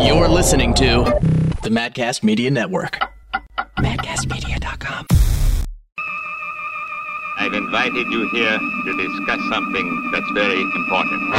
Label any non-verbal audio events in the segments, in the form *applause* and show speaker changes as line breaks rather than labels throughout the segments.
You're listening to the Madcast Media Network. MadcastMedia.com.
I've invited you here to discuss something that's very important.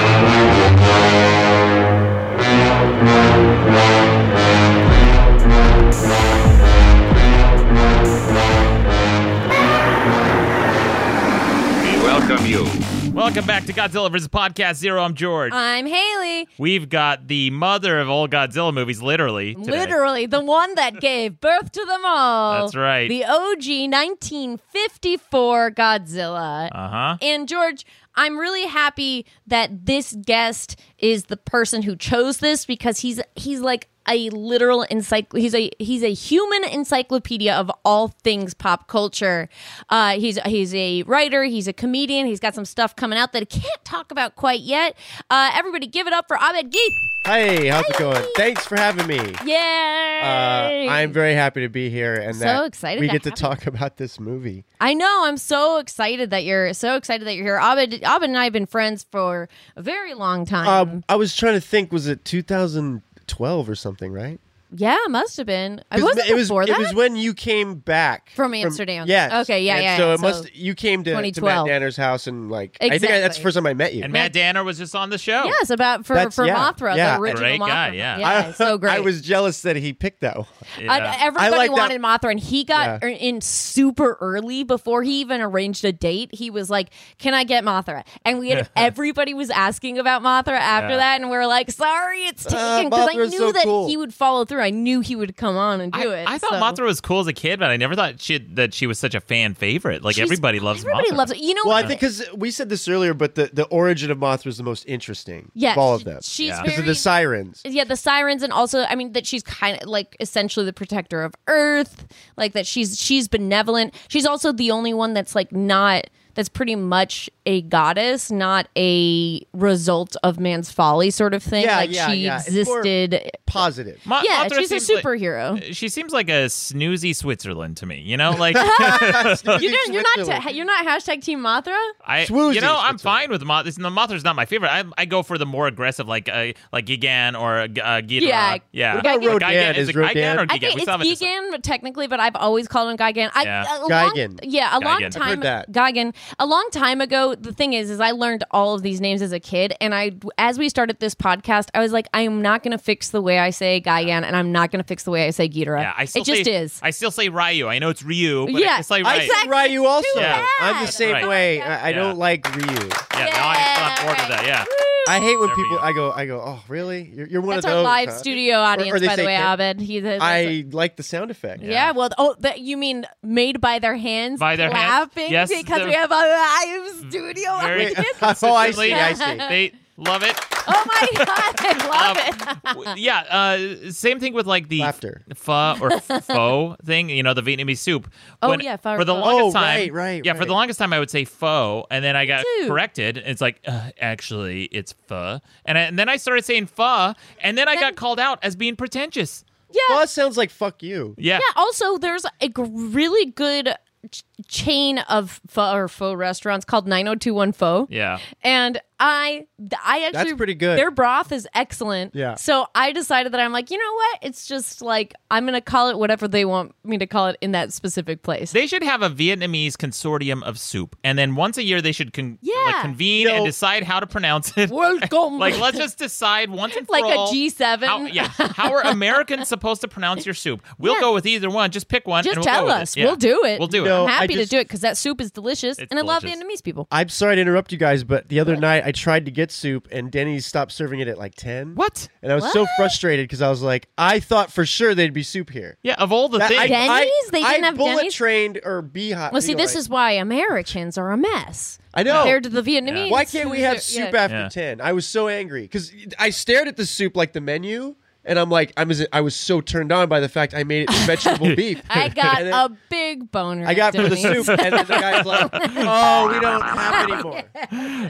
We welcome you.
Welcome back to Godzilla vs. Podcast Zero. I'm George.
I'm Haley.
We've got the mother of all Godzilla movies, literally. Today.
Literally the
*laughs*
one that gave birth to them all.
That's right.
The OG 1954 Godzilla.
Uh huh.
And George, I'm really happy that this guest is the person who chose this because he's he's like a literal encycl he's a he's a human encyclopedia of all things pop culture. Uh, he's he's a writer, he's a comedian, he's got some stuff coming out that I can't talk about quite yet. Uh, everybody give it up for Abed Geith.
Hey, how's it going? Thanks for having me.
Yay!
Uh, I'm very happy to be here, and
So
that
excited
we
to
get to
have
talk about this movie.
I know. I'm so excited that you're so excited that you're here. Abed, Abed and I have been friends for a very long time.
Um, I was trying to think, was it 2012 or something, right?
yeah, must have been. I
'Cause
wasn't
it was
before that.
it was when you came back
From Amsterdam.
yes.
Okay, yeah,
And
yeah,
So
yeah.
it
So
must you came to, to
2012.
Matt Danner's house and like I think I, that's
Exactly.
the first time I met you.
And Matt Danner was just on the show.
yes, about for
That's-
for
yeah,
Mothra,
yeah.
the original
Great
Mothra.
guy, yeah.
*laughs* *laughs* I,
so great.
I was jealous that he picked that one.
Yeah.
I- everybody
like that-
wanted Mothra, and he got er- in super early before he even arranged a date. He was like, "Can I get Mothra?" And we
*laughs*
had everybody was asking about Mothra after
Yeah.
that, and we were like, "Sorry, it's
Uh,
taken." Because I
Mothra's
knew
so
that
cool.
he would follow through. I knew he would come on and
I,
do it.
I thought
so.
Mothra was cool as a kid, but I never thought she, that she was such a fan favorite. Like
She's-
everybody loves
Everybody
Mothra.
loves it. You know
Well, I
what?
think because we said this earlier, but the, the origin of Mothra is the most interesting
yeah,
of all
she-
of them.
She's
Yeah.
Because
very
of the sirens.
yeah, the sirens, and also, I mean, that she's kind of like essentially the protector of Earth, like that she's she's benevolent. She's also the only one that's like not that's pretty much a goddess, not a result of man's folly sort of thing.
Yeah,
like
yeah,
she
yeah. It's more
existed.
Positive.
Mo-
Yeah,
Mothra
she's a
seems like-
superhero.
she seems like a snoozy Switzerland to me. You know,
*laughs*
like *laughs*
you're, not- you're not ta- you're not hashtag Team Mothra.
I,
Swoozy
you know, I'm
Switzerland.
fine with Mothra. The Mothra's not my favorite. I, I go for the more aggressive, like uh, like Gigan or uh, Ghidorah.
Yeah.
yeah.
What about
Or
Rodan?
Gigan-
Is
it Gigan
Rodan-
or
I
Gigan?
I think
We
it's
still haven't decided.
Gigan technically, but I've always called him Gigan. I,
Yeah.
a long-
Gigan.
yeah, a long
Gigan.
time.
I've heard that.
Gigan. A long time ago, the thing is, is I learned all of these names as a kid, and I, as we started this podcast, I was like, I am not going to fix the way I say Gigan, and I'm not going to fix the way I say Ghidorah.
Yeah, I still
it just
say,
is.
I still say Ryu. I know it's Ryu, but
Yeah,
I still say
I
Ryu.
say Ryu also.
bad.
I'm the same
Right.
way. I, I
Yeah.
don't like Ryu.
Yeah, now I still have bored of
Yeah,
that. Yeah.
I hate when
There we
people.
go.
I go. I go. Oh, really? You're, you're one
That's
of
our
those.
live
huh?"
studio
Or-
audience,
or they
by the
say
way,
that-
Abed. He, that's-
I like the sound effect. *laughs*
Yeah. well, oh, that you mean made by their hands,
By their hands?
clapping
Yes,
because
the-
we have a live studio
Very-
audience.
*laughs* *laughs* oh, I see. I see.
*laughs*
*laughs*
They love it.
Oh my god, I love it.
W- yeah. Uh, same thing with like the
Laughter.
pho or *laughs* f- pho thing. You know, the Vietnamese soup.
Oh, yeah, pho or
for the
pho.
longest
Oh,
time,
right, right,
Yeah, for the
right.
longest time, I would say pho, and then I got
too.
corrected. It's like uh, actually, it's pho, and, I, and then I started saying pho, and then I got called out as being pretentious.
Well, it sounds like fuck you.
Yeah.
Yeah. Also, there's a g- really good ch- chain of pho or pho restaurants called 9021 Pho.
Yeah.
And I, th- I actually
pretty good.
Their broth is excellent.
Yeah.
So I decided that I'm like, you know what? It's just like I'm gonna call it whatever they want me to call it in that specific place.
*laughs*
They should have a Vietnamese consortium of soup, and then once a year they should con- like,
Yeah.
convene
No.
and decide how to pronounce it. *laughs*
Welcome.
like let's just decide once and for
Like a
all
G7.
How, yeah, how are Americans
*laughs*
supposed to pronounce your soup? We'll
Yeah.
go with either one. Just pick one.
*laughs* just
and we'll go
tell
with
us.
it. Yeah.
We'll do it.
We'll do
No,
it.
I'm
I
happy
just-
to do it because that soup is delicious,
It's
and I love
delicious.
Vietnamese people.
I'm sorry to interrupt you guys, but the other night I tried to get soup and Denny's stopped serving it at like ten.
What?
And I was so frustrated because I was like, I thought for sure there'd be soup here.
Yeah, of all the
That-
things.
I,
Denny's? They
I,
didn't
I
have
bullet
Denny's?
trained or beehive.
Well, see,
you know,
this
like-
is why Americans are a mess.
I know.
compared to the Vietnamese.
Why can't we
who's
have
are-
soup
yeah.
after
Yeah.
10? I was so angry because I stared at the soup like the menu, and I'm like, I'm, I was so turned on by the fact I made it
*laughs*
vegetable beef. *laughs*
I got
And then
a big boner.
I got
at
for the
Denny's.
soup, and then the
*laughs*
guy's like, "Oh, we don't have any more."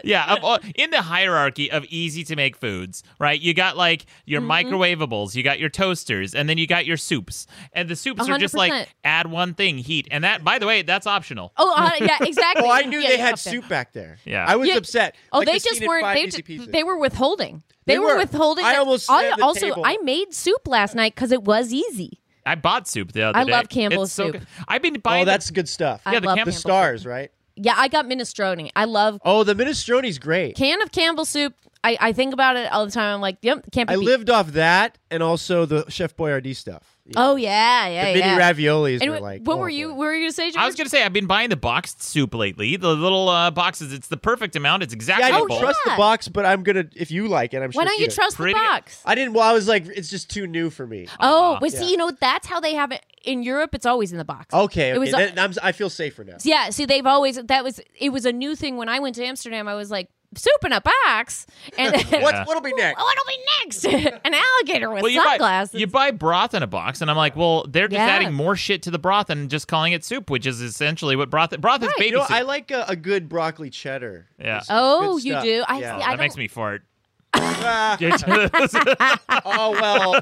yeah, of all, in the hierarchy of easy to make foods, right? You got like your
Mm-hmm.
microwavables, you got your toasters, and then you got your soups. And the soups are just
100%.
like add one thing, heat. And that by the way, that's optional.
Oh, uh, yeah, exactly.
Well, I knew
Yeah,
they
yeah,
had
up there.
soup back there.
Yeah.
I was
Yeah.
upset.
Oh,
Like,
they
the
just
seated
weren't.
five
They
easy
ju-
pieces.
they were withholding. They,
They
were,
were.
withholding.
I
that-
almost
I,
stabbed the
also
table.
I made soup last night because it was easy.
I bought soup the other
I
day.
love Campbell's
It's so
soup.
good. I've been buying.
Oh,
the-
that's good stuff.
I
Yeah, the
love
Campbell
the
Campbell
stars, right?
Soup. Yeah, I got minestrone. I love
Oh, the minestrone's great.
can of Campbell soup. I, I think about it all the time. I'm like, yep, can't be.
I
beat.
lived off that and also the Chef Boyardee stuff. Yeah.
Oh yeah, yeah,
the
yeah.
mini raviolis
And
were
wh-
like.
what
oh,
were you?
boy.
What were you gonna say? George?
I was gonna say I've been buying the boxed soup lately. The little uh, boxes. It's the perfect amount. It's
Yeah,
exactly
I
a
don't
Oh,
bowl.
trust
yeah.
the box, but I'm gonna. If you like it, I'm sure.
Why don't you
eat it.
trust
Pretty-
the box?
I didn't. Well, I was like, it's just too new for me.
Oh, but see,
Yeah.
you know that's how they have it in Europe. It's always in the box.
Okay,
It was
okay.
a-
then I'm, I feel safer now.
Yeah, see, they've always that was it was a new thing when I went to Amsterdam. I was like soup in a box,
*laughs*
and *laughs*
What? What'll be next?
What'll be next? *laughs* An alligator with
Well, you buy,
sunglasses.
you buy broth in a box, and I'm like, well, they're just
Yeah.
adding more shit to the broth and just calling it soup, which is essentially what broth broth is. Baby
You know,
soup.
I like a, a good broccoli cheddar.
Yeah.
It's
Oh,
good
you
stuff.
do? I
Yeah.
see.
that
I
makes
don't.
me
*laughs*
fart.
*laughs*
*laughs*
Ah,
yeah,
*laughs*
oh well.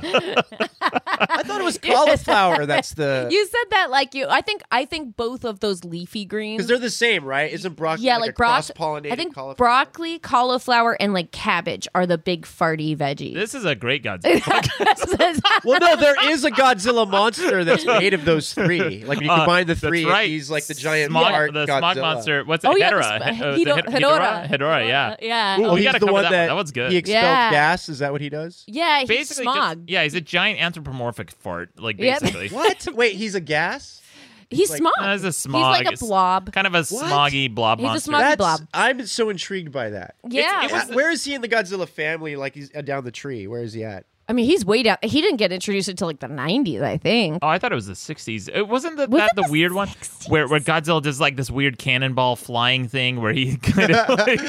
I thought it was cauliflower. That's the
*laughs* You said that like you. I think. I think both of those leafy greens.
because they're the same, right? Isn't broccoli?
yeah,
like,
like,
a
broccoli.
cross-pollinated
I think
cauliflower?
broccoli, cauliflower, and like cabbage are the big farty veggies.
this is a great Godzilla.
*laughs*
Well, no, there is a Godzilla monster that's made of those three. Like
*laughs*
when you combine the
Uh, That's
three,
right.
he's like the giant
smog,
heart
the
Godzilla.
smog monster. What's it?
oh yeah,
Hedorah.
the sp-
He- oh,
Hedor-
the Hed-
Hedorah.
Hedorah. Hedorah, *laughs* Yeah.
Yeah.
Ooh,
Oh,
we
he's
gotta
the
cover
one
that one.
that
That one's good.
He expelled
Yeah.
gas. Is that what he does?
Yeah, he's
Basically, just-
smog.
yeah, he's a giant anthropomorphic fart. Like
Yep.
basically.
*laughs* *laughs* What? Wait, he's a gas?
he's
like-
smog.
Uh, it's a
He's
smog.
like a blob.
Kind of a smoggy blob
He's a
monster.
smog-
That's.
blob.
I'm so intrigued by that.
yeah.
it was-
Uh, Where is he in the Godzilla family? Like he's uh, down the tree. Where is he at?
I mean, he's way down. He didn't get introduced until like the 90s, I think.
Oh, I thought it was the '60s. It wasn't the,
Was
that
it
the,
the
weird one
60s?
where where Godzilla does like this weird cannonball flying thing where he *laughs* kind
*laughs*
of like.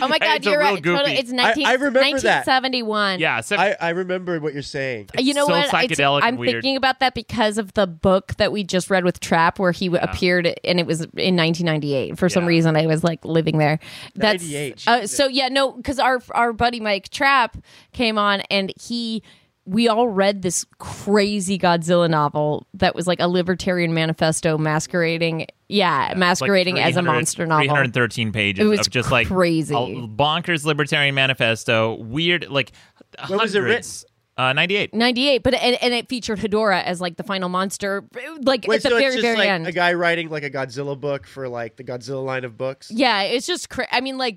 Oh
*laughs*
my God,
it's a
you're
real
right. Totally-
goofy-
it's 19,
I remember that.
1971.
yeah, so
I, I remember what you're saying.
You know
so
what? It's-
psychedelic and
I'm
weird.
thinking about that because of the book that we just read with Trap, where he w appeared, and it was in 1998. For some
Yeah.
reason, I was like living there. That's
98,
uh, so. Yeah, no, because our our buddy Mike Trap came on, and he we all read this crazy Godzilla novel that was like a libertarian manifesto masquerading, yeah, masquerading
like
as a
300
monster novel.
313 pages
It was
of just like
crazy.
a bonkers libertarian manifesto. Weird, like
When
hundreds.
was it written?
Uh, 98.
98 but and, and it featured hedora as like the final monster like
Wait,
at the
so
very
it's just
very
like
end
a guy writing like a Godzilla book for like the Godzilla line of books.
yeah it's just cra- i mean like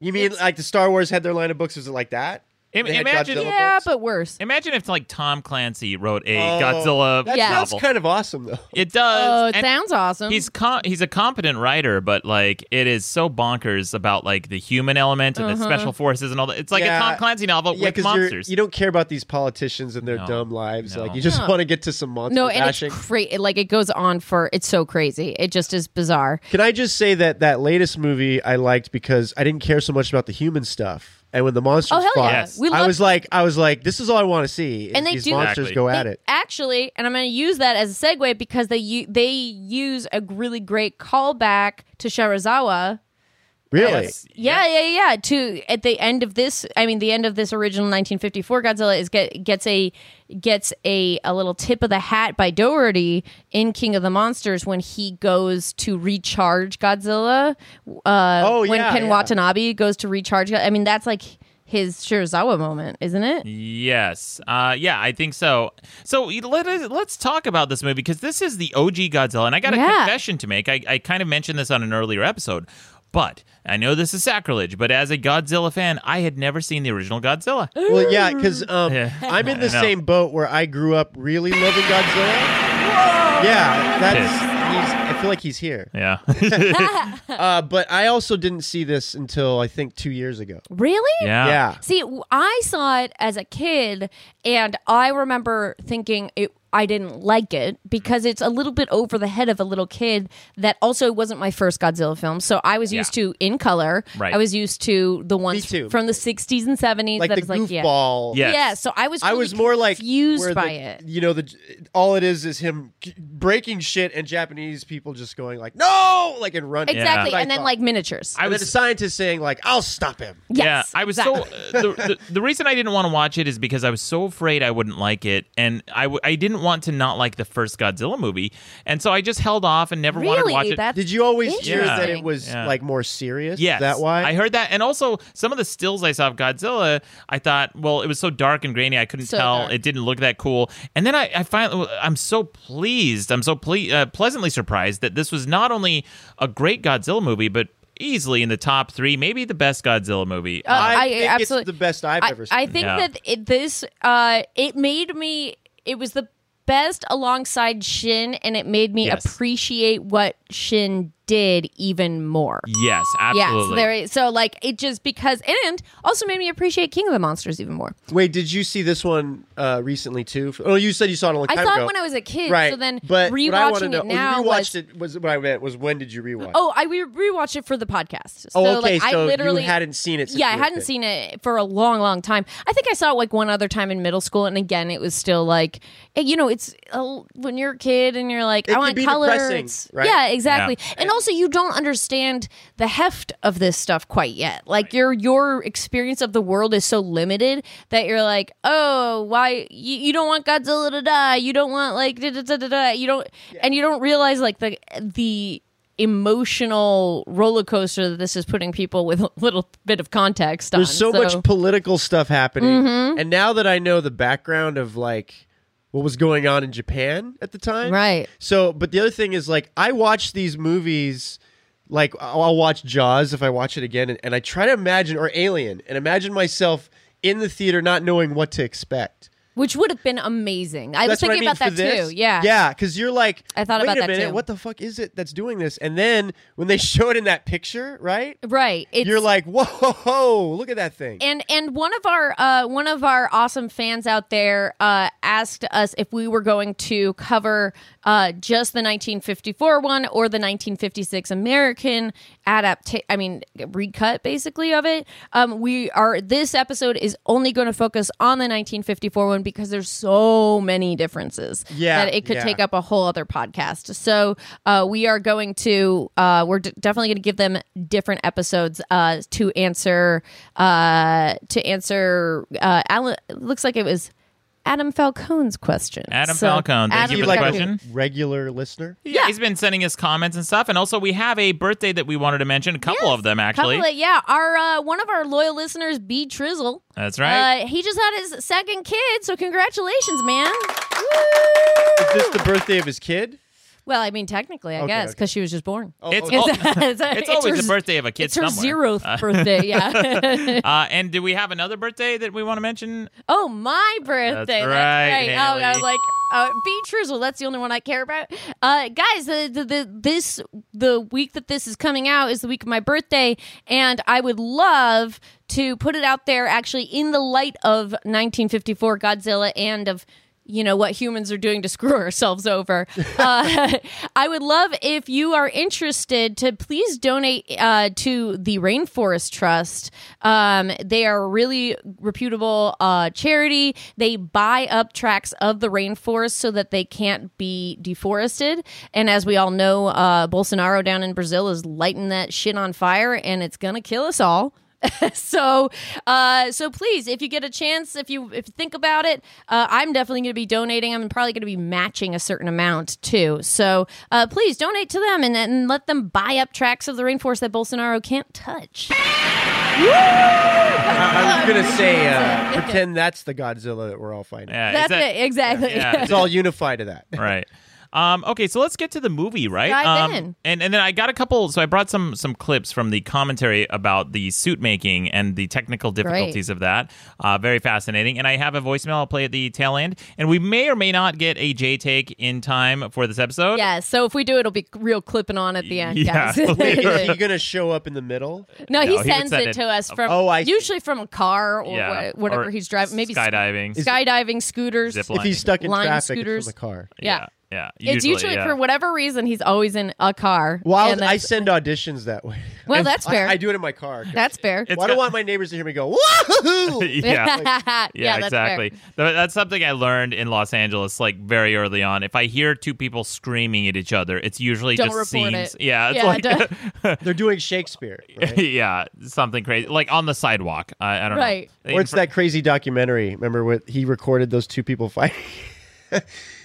You mean like the Star Wars had their line of books? Was it like that?
Im-
They had
imagine-
Godzilla
yeah
books?
but worse
Imagine if like Tom Clancy wrote a
Oh,
Godzilla
That
Yeah.
sounds
novel.
kind of awesome though.
it does.
oh it
and
sounds awesome
He's com- he's a competent writer, but like it is so bonkers about like the human element and the special forces and all that. It's like
Yeah.
a Tom Clancy novel
Yeah,
with
because
monsters.
you don't care about these politicians and their
No.
dumb lives.
No.
Like you just want to get to some monster
no and
bashing.
it's crazy like it goes on for it's so crazy it just is bizarre
Can I just say that that latest movie I liked because I didn't care so much about the human stuff, and when the monsters
Oh, hell
fought,
yeah.
Yes.
We
I
love-
was like, I was like, this is all I want to see. Is
And they
these
do-
monsters
Exactly.
go at
They-
it.
Actually, and I'm going to use that as a segue because they u- they use a really great callback to Shirazawa.
Really?
Yes.
Yeah, yeah, yeah. To at the end of this, I mean, the end of this original 1954 Godzilla is get gets a gets a a little tip of the hat by Doherty in King of the Monsters when he goes to recharge Godzilla. Uh,
Oh,
when
yeah,
Ken
yeah.
Watanabe goes to recharge. Go- I mean, that's like his Shirazawa moment, isn't it?
Yes. Uh, yeah, I think so. So y- let us, let's talk about this movie because this is the OG Godzilla, and I got a
Yeah.
confession to make. I, I kind of mentioned this on an earlier episode, but I know this is sacrilege. But as a Godzilla fan, I had never seen the original
*gasps*
Godzilla.
Well, yeah, because um,
Yeah.
*laughs* I'm in the
I know.
same boat where I grew up really loving Godzilla. Yeah, that's.
Pissed.
He's, I feel like
*laughs*
he's here.
yeah.
Uh, but I also didn't see this until I think two years ago.
Really?
yeah.
Yeah.
See, w- I saw it as a kid, and I remember thinking it. I didn't like it because it's a little bit over the head of a little kid. That also wasn't my first Godzilla film, so I was used
Yeah.
to in color.
Right.
I was used to the ones
too.
from the '60s and '70s.
Like
that
the
was like, yeah.
goofball.
Yes.
yeah. So I was.
I
really
was more like
confused
where
by
the-
it.
You know, the all it is is him k- breaking shit and Japanese people just going like no, like and running.
Exactly,
That's what I
and then
thought.
like miniatures.
I was a scientist saying like I'll stop him.
yes,
yeah, I was
exactly.
so. Uh, the, the, the reason I didn't want to watch it is because I was so afraid I wouldn't like it, and I, w- I didn't want to not like the first Godzilla movie, and so I just held off and never wanted to watch
Really?
it.
That's
Did you always hear that
interesting.
it was
Yeah.
like more serious?
Yes.
Is that why?
I heard that. And also, some of the stills I saw of Godzilla, I thought, well, it was so dark and grainy, I couldn't
So
tell.
dark.
It didn't look that cool. And then I, I finally, I'm so pleased. I'm so ple- uh, pleasantly surprised that this was not only a great Godzilla movie, but easily in the top three, maybe the best Godzilla movie.
Uh, I
think
absolutely-
it's the best I've
I,
ever seen.
I think
Yeah.
that it, this uh, it made me. It was the best alongside Shin, and it made me
Yes.
appreciate what Shin did even more.
Uh, yes,
Yeah, so
absolutely.
there is, so like it just because and also made me appreciate King of the Monsters even more.
Wait, did you see this one uh, recently too? Oh, you said you saw it a long
I
time
saw
ago.
it when I was a kid,
right.
so then
but what I wanna
rewatching
know,
it now
you rewatched
was
it was what I meant was when did you rewatch?
oh, I re- rewatched it for the podcast. So
oh okay.
like
so
I literally
you hadn't seen it. Since
yeah, I
you were a
hadn't
kid.
seen it for a long, long time. I think I saw it like one other time in middle school, and again, it was still like, eh, you know, it's uh, when you're a kid and you're like,
It
I
can
want
be
color.
depressing,
It's-
right?
Yeah, exactly. And also, you don't understand the heft of this stuff quite yet. Like your your experience of the world is so limited that you're like, oh, why you, you don't want Godzilla to die? You don't want like da da da da da. You don't, and you don't realize like the the emotional roller coaster that this is putting people with *laughs* a little bit of context on.
There's so, much political stuff happening,
Mm-hmm.
and now that I know the background of like what was going on in Japan at the time,
Right.
So, but the other thing is like I watch these movies. Like I'll I'll watch Jaws if I watch it again, and, and I try to imagine or Alien and imagine myself in the theater not knowing what to expect.
which would have been amazing. I was
That's what I
thinking
mean
about
for
that
this.
too. Yeah,
yeah, because you're like,
I thought
Wait
about
a
that
minute,
too."
What the fuck is it that's doing this? And then when they *laughs* show it in that picture, right?
right. It's,
You're like, whoa, ho, ho, look at that thing.
and and one of our uh, one of our awesome fans out there uh, asked us if we were going to cover uh, just the 1954 one or the 1956 American adaptation. I mean, recut basically of it. Um, we are this episode is only going to focus on the 1954 one because there's so many differences
Yeah,
that it could
yeah.
take up a whole other podcast. So uh, we are going to uh, we're d- definitely going to give them different episodes uh, to answer uh, to answer. Uh, Alan it looks like it was Adam Falcone's question.
Adam Falcone, thank
Adam
you
you
for the
like
Falcone.
question.
a regular listener?
yeah, he's been sending us comments and stuff. And also, we have a birthday that we wanted to mention, a couple
Yes,
of them,
Couple
actually.
of- yeah, our uh, one of our loyal listeners, B Trizzle.
That's right.
Uh, he just had his second kid, so congratulations, man.
Is this the birthday of his kid?
Well, I mean, technically, I
Okay,
guess
okay.
because she was just born.
Oh,
It's
oh,
all-
*laughs* it's,
it's always
her-
the birthday of a kid
It's her
somewhere.
zeroth birthday,
*laughs*
yeah.
*laughs* Uh, and do we have another birthday that we want to mention?
oh, my birthday. That's
right,
Oh, I
Haley.
was like, uh, be truthful. That's the only one I care about. Uh, guys, the, the, the this the week that this is coming out is the week of my birthday, and I would love to put it out there. Actually, in the light of 1954 Godzilla and of you know what humans are doing to screw *laughs* ourselves over. Uh, *laughs* I would love if you are interested to please donate uh, to the Rainforest Trust. Um, they are a really reputable uh, charity. They buy up tracts of the rainforest so that they can't be deforested. And as we all know, uh, Bolsonaro down in Brazil is lighting that shit on fire, and it's gonna kill us all *laughs* so uh so please if you get a chance if you if you think about it uh, i'm definitely going to be donating i'm probably going to be matching a certain amount too so uh please donate to them and, and let them buy up tracts of the rainforest that bolsonaro can't touch
I, I
*laughs*
was gonna say, uh, pretend that's the Godzilla that we're all fighting.
Yeah, Uh, is
that's
that-
it *laughs* exactly
Yeah.
It's all unified to *laughs* that.
right. Um, okay, so let's get to the movie, right?
Dive
um,
in.
And and then I got a couple. So I brought some some clips from the commentary about the suit making and the technical difficulties of that. Uh, very fascinating. And I have a voicemail. I'll play at the tail end. And we may or may not get a J take in time for this episode.
yeah so if we do it'll be real clipping on at the end
Yeah.
guys
Is he gonna show up in the middle?
*laughs* no
he
he
would
sends
send
it,
it-
to us from
Oh, I see.
usually from a car or
Yeah.
wha- whatever
Or
he's driving maybe
skydiving.
skydiving scooters
Zip
If he's stuck in
Line
traffic it's
scooters.
from the car.
yeah.
Yeah.
it's
*laughs*
usually
yeah.
for whatever reason he's always in a car
Well,
And
I
that's-
send auditions that way.
Well, that's
I-
fair.
I, do it in my car.
that's fair
It's
Well, I don't
got-
want my neighbors to hear me go, *laughs* woohoo!
yeah.
*laughs* yeah,
Yeah,
that's fair.
exactly. Th- That's something I learned in Los Angeles, like very early on. If I hear two people screaming at each other, it's usually
Don't
just
report
scenes.
it.
Yeah, it's
Yeah,
like
They're doing Shakespeare. *laughs*
*laughs*
right?
yeah, something crazy, like on the sidewalk. I, I don't
Right.
know.
Or it's that crazy documentary. Remember what he recorded those two people fighting?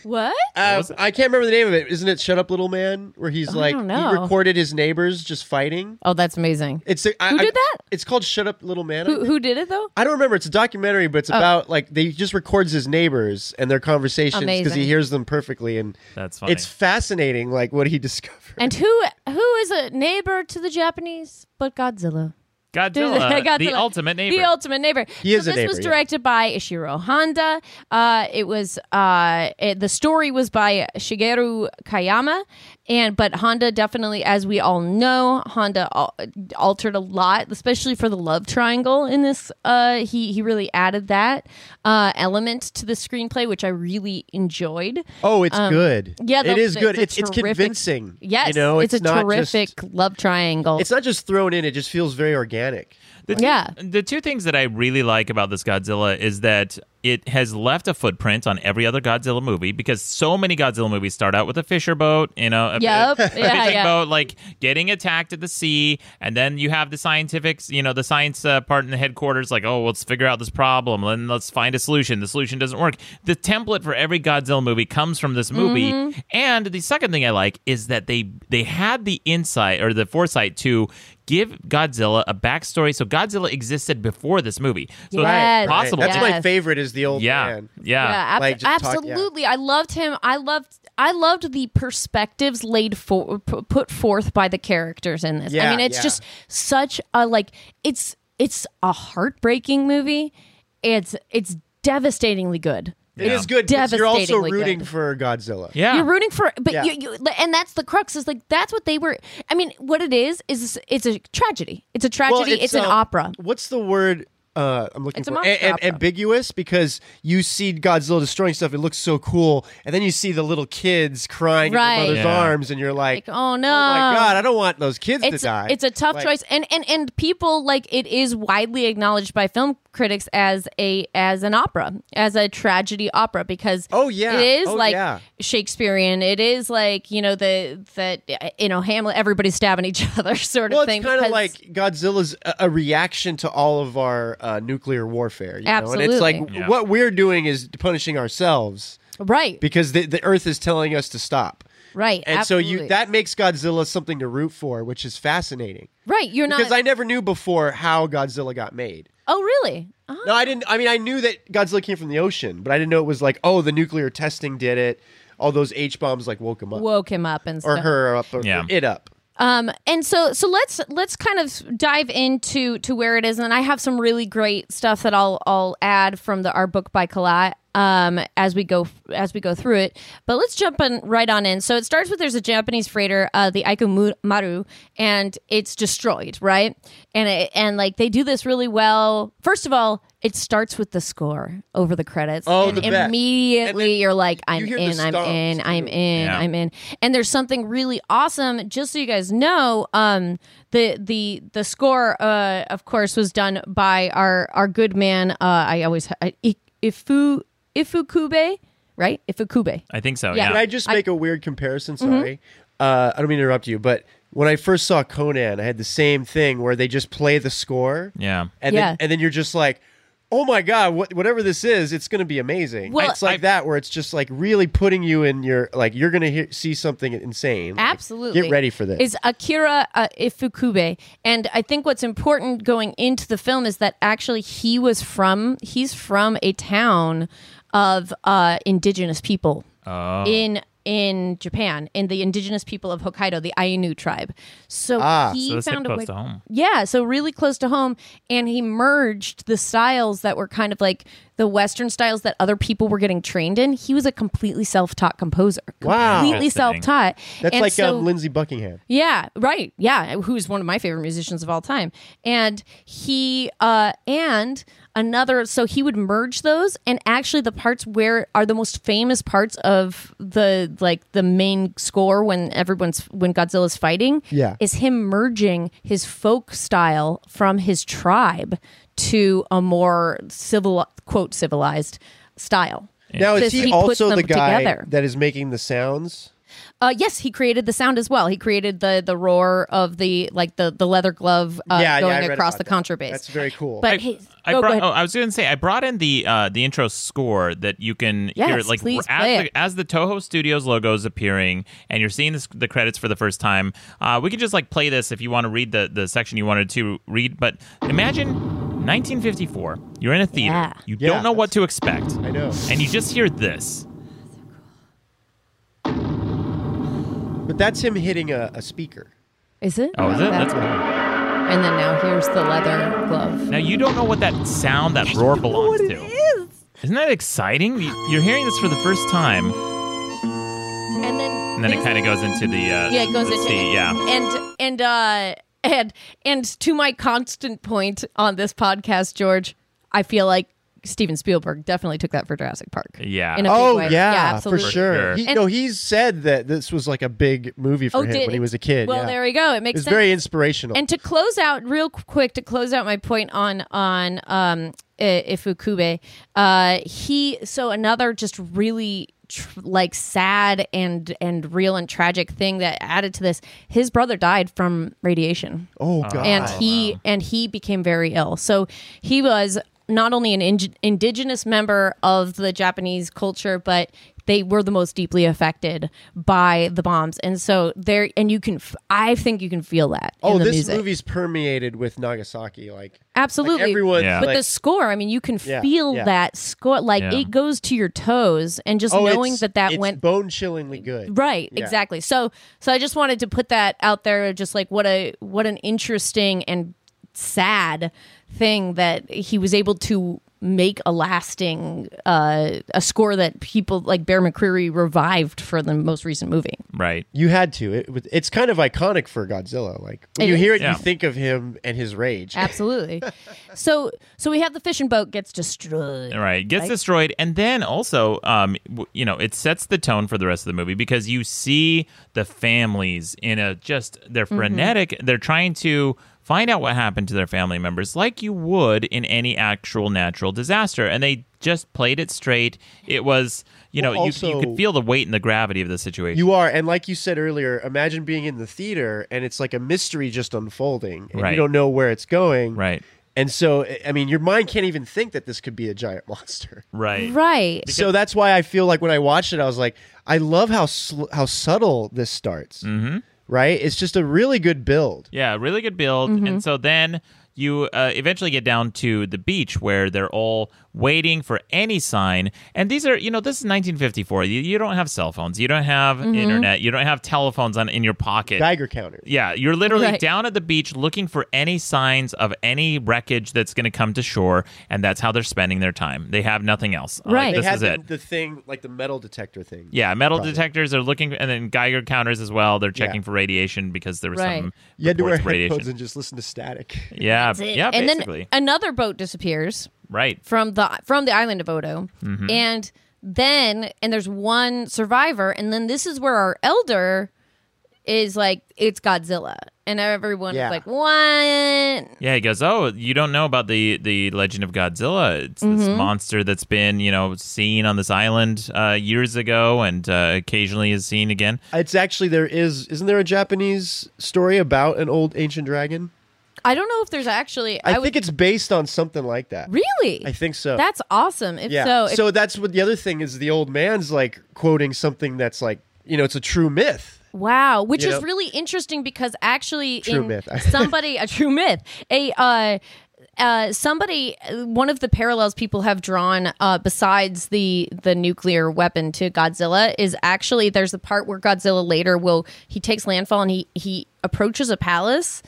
What?
Uh, I can't remember the name of it. Isn't it "Shut Up, Little Man"? Where he's like,
don't
he
know.
recorded his neighbors just fighting.
Oh, that's amazing.
It's a, I,
Who
I-
did that?
It's called "Shut Up, Little Man." I
Who, Oh. who did it though?
I don't remember. It's a documentary, but it's about like they he just records his neighbors and their conversations because he
Amazing.
hears them perfectly, and
That's funny.
it's fascinating. Like what he *laughs* discovered.
And who who is a neighbor to the Japanese but Godzilla?
*laughs*
*laughs*
Godzilla,
Godzilla.
the ultimate neighbor.
The ultimate neighbor.
He is
so
a
this
neighbor,
was
yeah.
directed by Ishiro Honda. Uh, it was uh, it- the story was by Shigeru Kayama, and but Honda definitely, as we all know, Honda al- altered a lot, especially for the love triangle in this. Uh, he he really added that uh, element to the screenplay, which I really enjoyed.
oh, it's good.
um, yeah, the-
it is
the-
good.
the
It's it's
terrific-
convincing.
Yes,
you know,
it's,
it's,
a
not
terrific
Just,
love triangle.
it's not just thrown in. It just feels very organic.
The two-
Yeah.
The two things that I really like about this Godzilla is that it has left a footprint on every other Godzilla movie because so many Godzilla movies start out with a fisher boat, you know, a, a,
Yep.
*laughs*
Yeah,
fishing
yeah.
boat, like getting attacked at the sea, and then you have the scientific, you know, the science uh, part in the headquarters, like, oh, let's figure out this problem, and let's find a solution. The solution doesn't work. The template for every Godzilla movie comes from this movie,
Mm-hmm.
and the second thing I like is that they they had the insight or the foresight to give Godzilla a backstory. So Godzilla existed before this movie. So
Yes.
it's possible.
That's
to-
my
Yes.
favorite. Is the old
yeah,
man.
yeah.
Yeah, ab-
Like, just talk- yeah.
absolutely. I loved him. I loved. I loved the perspectives laid for p- put forth by the characters in this. I
Yeah,
mean, it's
yeah.
just such a like. It's it's a heartbreaking movie. It's it's devastatingly good.
It is good. because You're also
Devastatingly
rooting
good.
for Godzilla.
Yeah.
You're rooting for, but
Yeah.
you, you, and that's the crux. Is like that's what they were. I mean, what it is is it's a tragedy. It's a tragedy. it's, an
um,
opera.
What's the word? Uh, I'm looking
It's a
for
monster
Am-
opera.
ambiguous because you see Godzilla destroying stuff. It looks so cool, and then you see the little kids crying
Right.
in their mother's
Yeah.
arms, and you're like,
Like, oh no!
my god, I don't want those kids
it's
to die."
it's a tough
Like,
choice and and and people like it is widely acknowledged by film critics as a as an opera as a tragedy opera because
Oh, yeah.
it is
Oh,
like
yeah.
shakespearean it is like you know the that you know hamlet everybody's stabbing each *laughs* other sort
Well,
of thing
it's kind of
because-
like Godzilla's a, a reaction to all of our uh, nuclear warfare. You Know? And it's like
Absolutely.
Yeah.
what we're doing is punishing ourselves
right
because the, the Earth is telling us to stop.
right
And
absolutely.
so you that makes Godzilla something to root for, which is fascinating.
right you're not
because I never knew before how Godzilla got made.
oh really Uh,
No, I didn't. I mean, I knew that Godzilla came from the ocean, but I didn't know it was like, oh, the nuclear testing did it. All those H bombs like woke him up
woke him up and
or
stuff.
her up or
Yeah.
it up.
Um, and so so let's let's kind of dive into to where it is, and I have some really great stuff that I'll I'll add from the our book by Kalat um as we go as we go through it but let's jump on right on in so it starts with there's a japanese freighter uh the aiko maru and it's destroyed right and it, and like they do this really well first of all it starts with the score over the credits
Oh,
and
the best.
immediately
And then
you're like i'm
hear the
in i'm
stomps,
in i'm
too.
in
Yeah.
i'm in and there's something really awesome just so you guys know um the the the score uh of course was done by our our good man uh i always I, I- ifu ifu kube right ifu kube
I think so.
Yeah.
Yeah.
Can I just make a weird comparison?
Mm-hmm.
Sorry, uh, I don't mean to interrupt you, but when I first saw Conan, I had the same thing where they just play the score,
Yeah.
and
Yeah.
then and then you're just like. Oh my God! What, whatever this is, it's going to be amazing.
Well,
it's like
I-
that, where it's just like really putting you in your like you're going to hear, see something insane. Like,
Absolutely.
get ready for this.
Is Akira uh, Ifukube. And I think what's important going into the film is that actually he was from, he's from a town of uh, indigenous people
Oh.
in in Japan, in the indigenous people of Hokkaido, the Ainu tribe. So he
Ah,
So this hit
found a
close
way.
to home.
Yeah, so really close to home. And he merged the styles that were kind of like the Western styles that other people were getting trained in. He was a completely self taught composer.
Wow.
Completely self
Interesting.
taught.
That's like um, Lindsey Buckingham.
Yeah, right. Yeah, who's one of my favorite musicians of all time. And he uh and another so he would merge those and actually the parts where are the most famous parts of the like the main score when everyone's when Godzilla's fighting
Yeah.
is him merging his folk style from his tribe to a more civil quote civilized style.
Now is
Just
he
he puts
also
them
the guy
together.
that is making the sounds?
Uh, yes, he created the sound as well. He created the the roar of the like the the leather glove uh,
yeah, yeah, I
going
read
across
about
the
that.
contrabass.
That's very cool.
but
I,
his,
I
oh, go
brought.
ahead.
Oh, I was going to say I brought in the uh, the intro score that you can hear
Yes,
like
please
as,
play
the,
it.
as the Toho Studios logo is appearing and you're seeing this, the credits for the first time. Uh, we could just like play this if you want to read the the section you wanted to read. But imagine 1954. You're in a theater.
Yeah.
You
Yeah,
don't know what to expect,
I know.
and you just hear this.
But that's him hitting a, a speaker.
is it?
Oh, is it?
That-
That's cool.
and then now here's the leather glove.
Now you don't know what that sound, that roar belongs to. Isn't that exciting? You- You're hearing this for the first time,
And then
and then it kind of goes into the uh,
yeah, it goes
the
into
sea, yeah.
and and uh and and to my constant point on this podcast, George, I feel like Steven Spielberg definitely took that for Jurassic Park.
Yeah.
in a big
Oh
way.
yeah, for
absolutely.
sure.
sure.
He,
And-
no, he said that this was like a big movie for
Oh,
him
did
when
it?
he was a kid.
Well,
yeah.
there we go. It
It
makes
was
sense.
very inspirational.
And to close out, real quick, to close out my point on on um, I- Ifukube, uh, he so another just really tr- like sad and and real and tragic thing that added to this. His brother died from radiation
oh god.
and he and he became very ill. So he was not only an ing- indigenous member of the Japanese culture, but they were the most deeply affected by the bombs. And so there, and you can, f- I think you can feel that.
oh,
in the
this
music.
movie's permeated with Nagasaki. Like
absolutely
Like everyone,
Yeah.
But
like,
the score, I mean, you can
Yeah,
feel
yeah.
that score. Like
Yeah.
it goes to your toes, and just
oh,
knowing
it's-
that that
it's
went
bone-chillingly good.
Right,
Yeah.
exactly. So so I just wanted to put that out there just like what a what an interesting and sad thing that he was able to make a lasting uh a score that people like Bear McCreary revived for the most recent movie.
Right.
You had to. It, was- it's kind of iconic for Godzilla. Like when
It
you
is.
hear it,
Yeah.
you think of him and his rage.
Absolutely. *laughs* so so we have the fishing boat gets destroyed.
All right. Gets
Right?
destroyed. And then also, um, w- you know, it sets the tone for the rest of the movie because you see the families in a just, they're frenetic. They're trying to find out what happened to their family members like you would in any actual natural disaster. And they just played it straight. It was, you know,
Well,
you, you
also-
could feel the weight and the gravity of the situation.
You are, and like you said earlier, imagine being in the theater and it's like a mystery just unfolding, and
Right.
you don't know where it's going.
Right.
And so, I- I mean, your mind can't even think that this could be a giant *laughs* monster.
right.
Right.
So that's why I feel like when I watched it, I was like, I love how sl- how subtle this starts. Mm-hmm. Right? It's just a really good build.
Yeah, really good build.
Mm-hmm.
And so then you uh, eventually get down to the beach where they're all waiting for any sign. And these are, you know, this is 1954. You, you don't have cell phones. You don't have
Mm-hmm.
internet. You don't have telephones on in your pocket.
Geiger counter.
yeah, you're literally
Right.
down at the beach looking for any signs of any wreckage that's going to come to shore, and that's how they're spending their time. They have nothing else. Like,
Right. They
They
this
had
is
the,
it.
the thing like the metal detector thing.
yeah, metal
Probably.
detectors are looking, and then Geiger counters as well. They're checking for radiation because there was
Right.
some
You had to wear
reports of
headphones
radiation.
and just listen to static.
Yeah, yeah,
and
basically,
then another boat disappears.
right.
from the from the island of Odo,
Mm-hmm.
and then and there's one survivor, and then this is where our elder is like it's Godzilla, and everyone's
Yeah.
like what?
Yeah, he goes, "Oh, you don't know about the the legend of Godzilla? It's this
Mm-hmm.
monster that's been, you know, seen on this island uh, years ago, and uh, occasionally is seen again.
It's actually there is isn't there a Japanese story about an old ancient dragon?
I don't know if there's actually.
I,
I,
think
would,
it's based on something like that.
really.
I think so.
that's awesome. If
yeah.
so, if-
that's what the other thing is. The old man's like quoting something that's like you know it's a true myth.
Wow, which
You
is
know?
really interesting because actually,
True
in
myth. *laughs*
somebody a true myth, a uh, uh, somebody one of the parallels people have drawn uh, besides the the nuclear weapon to Godzilla is actually there's the part where Godzilla later will he takes landfall and he he approaches a palace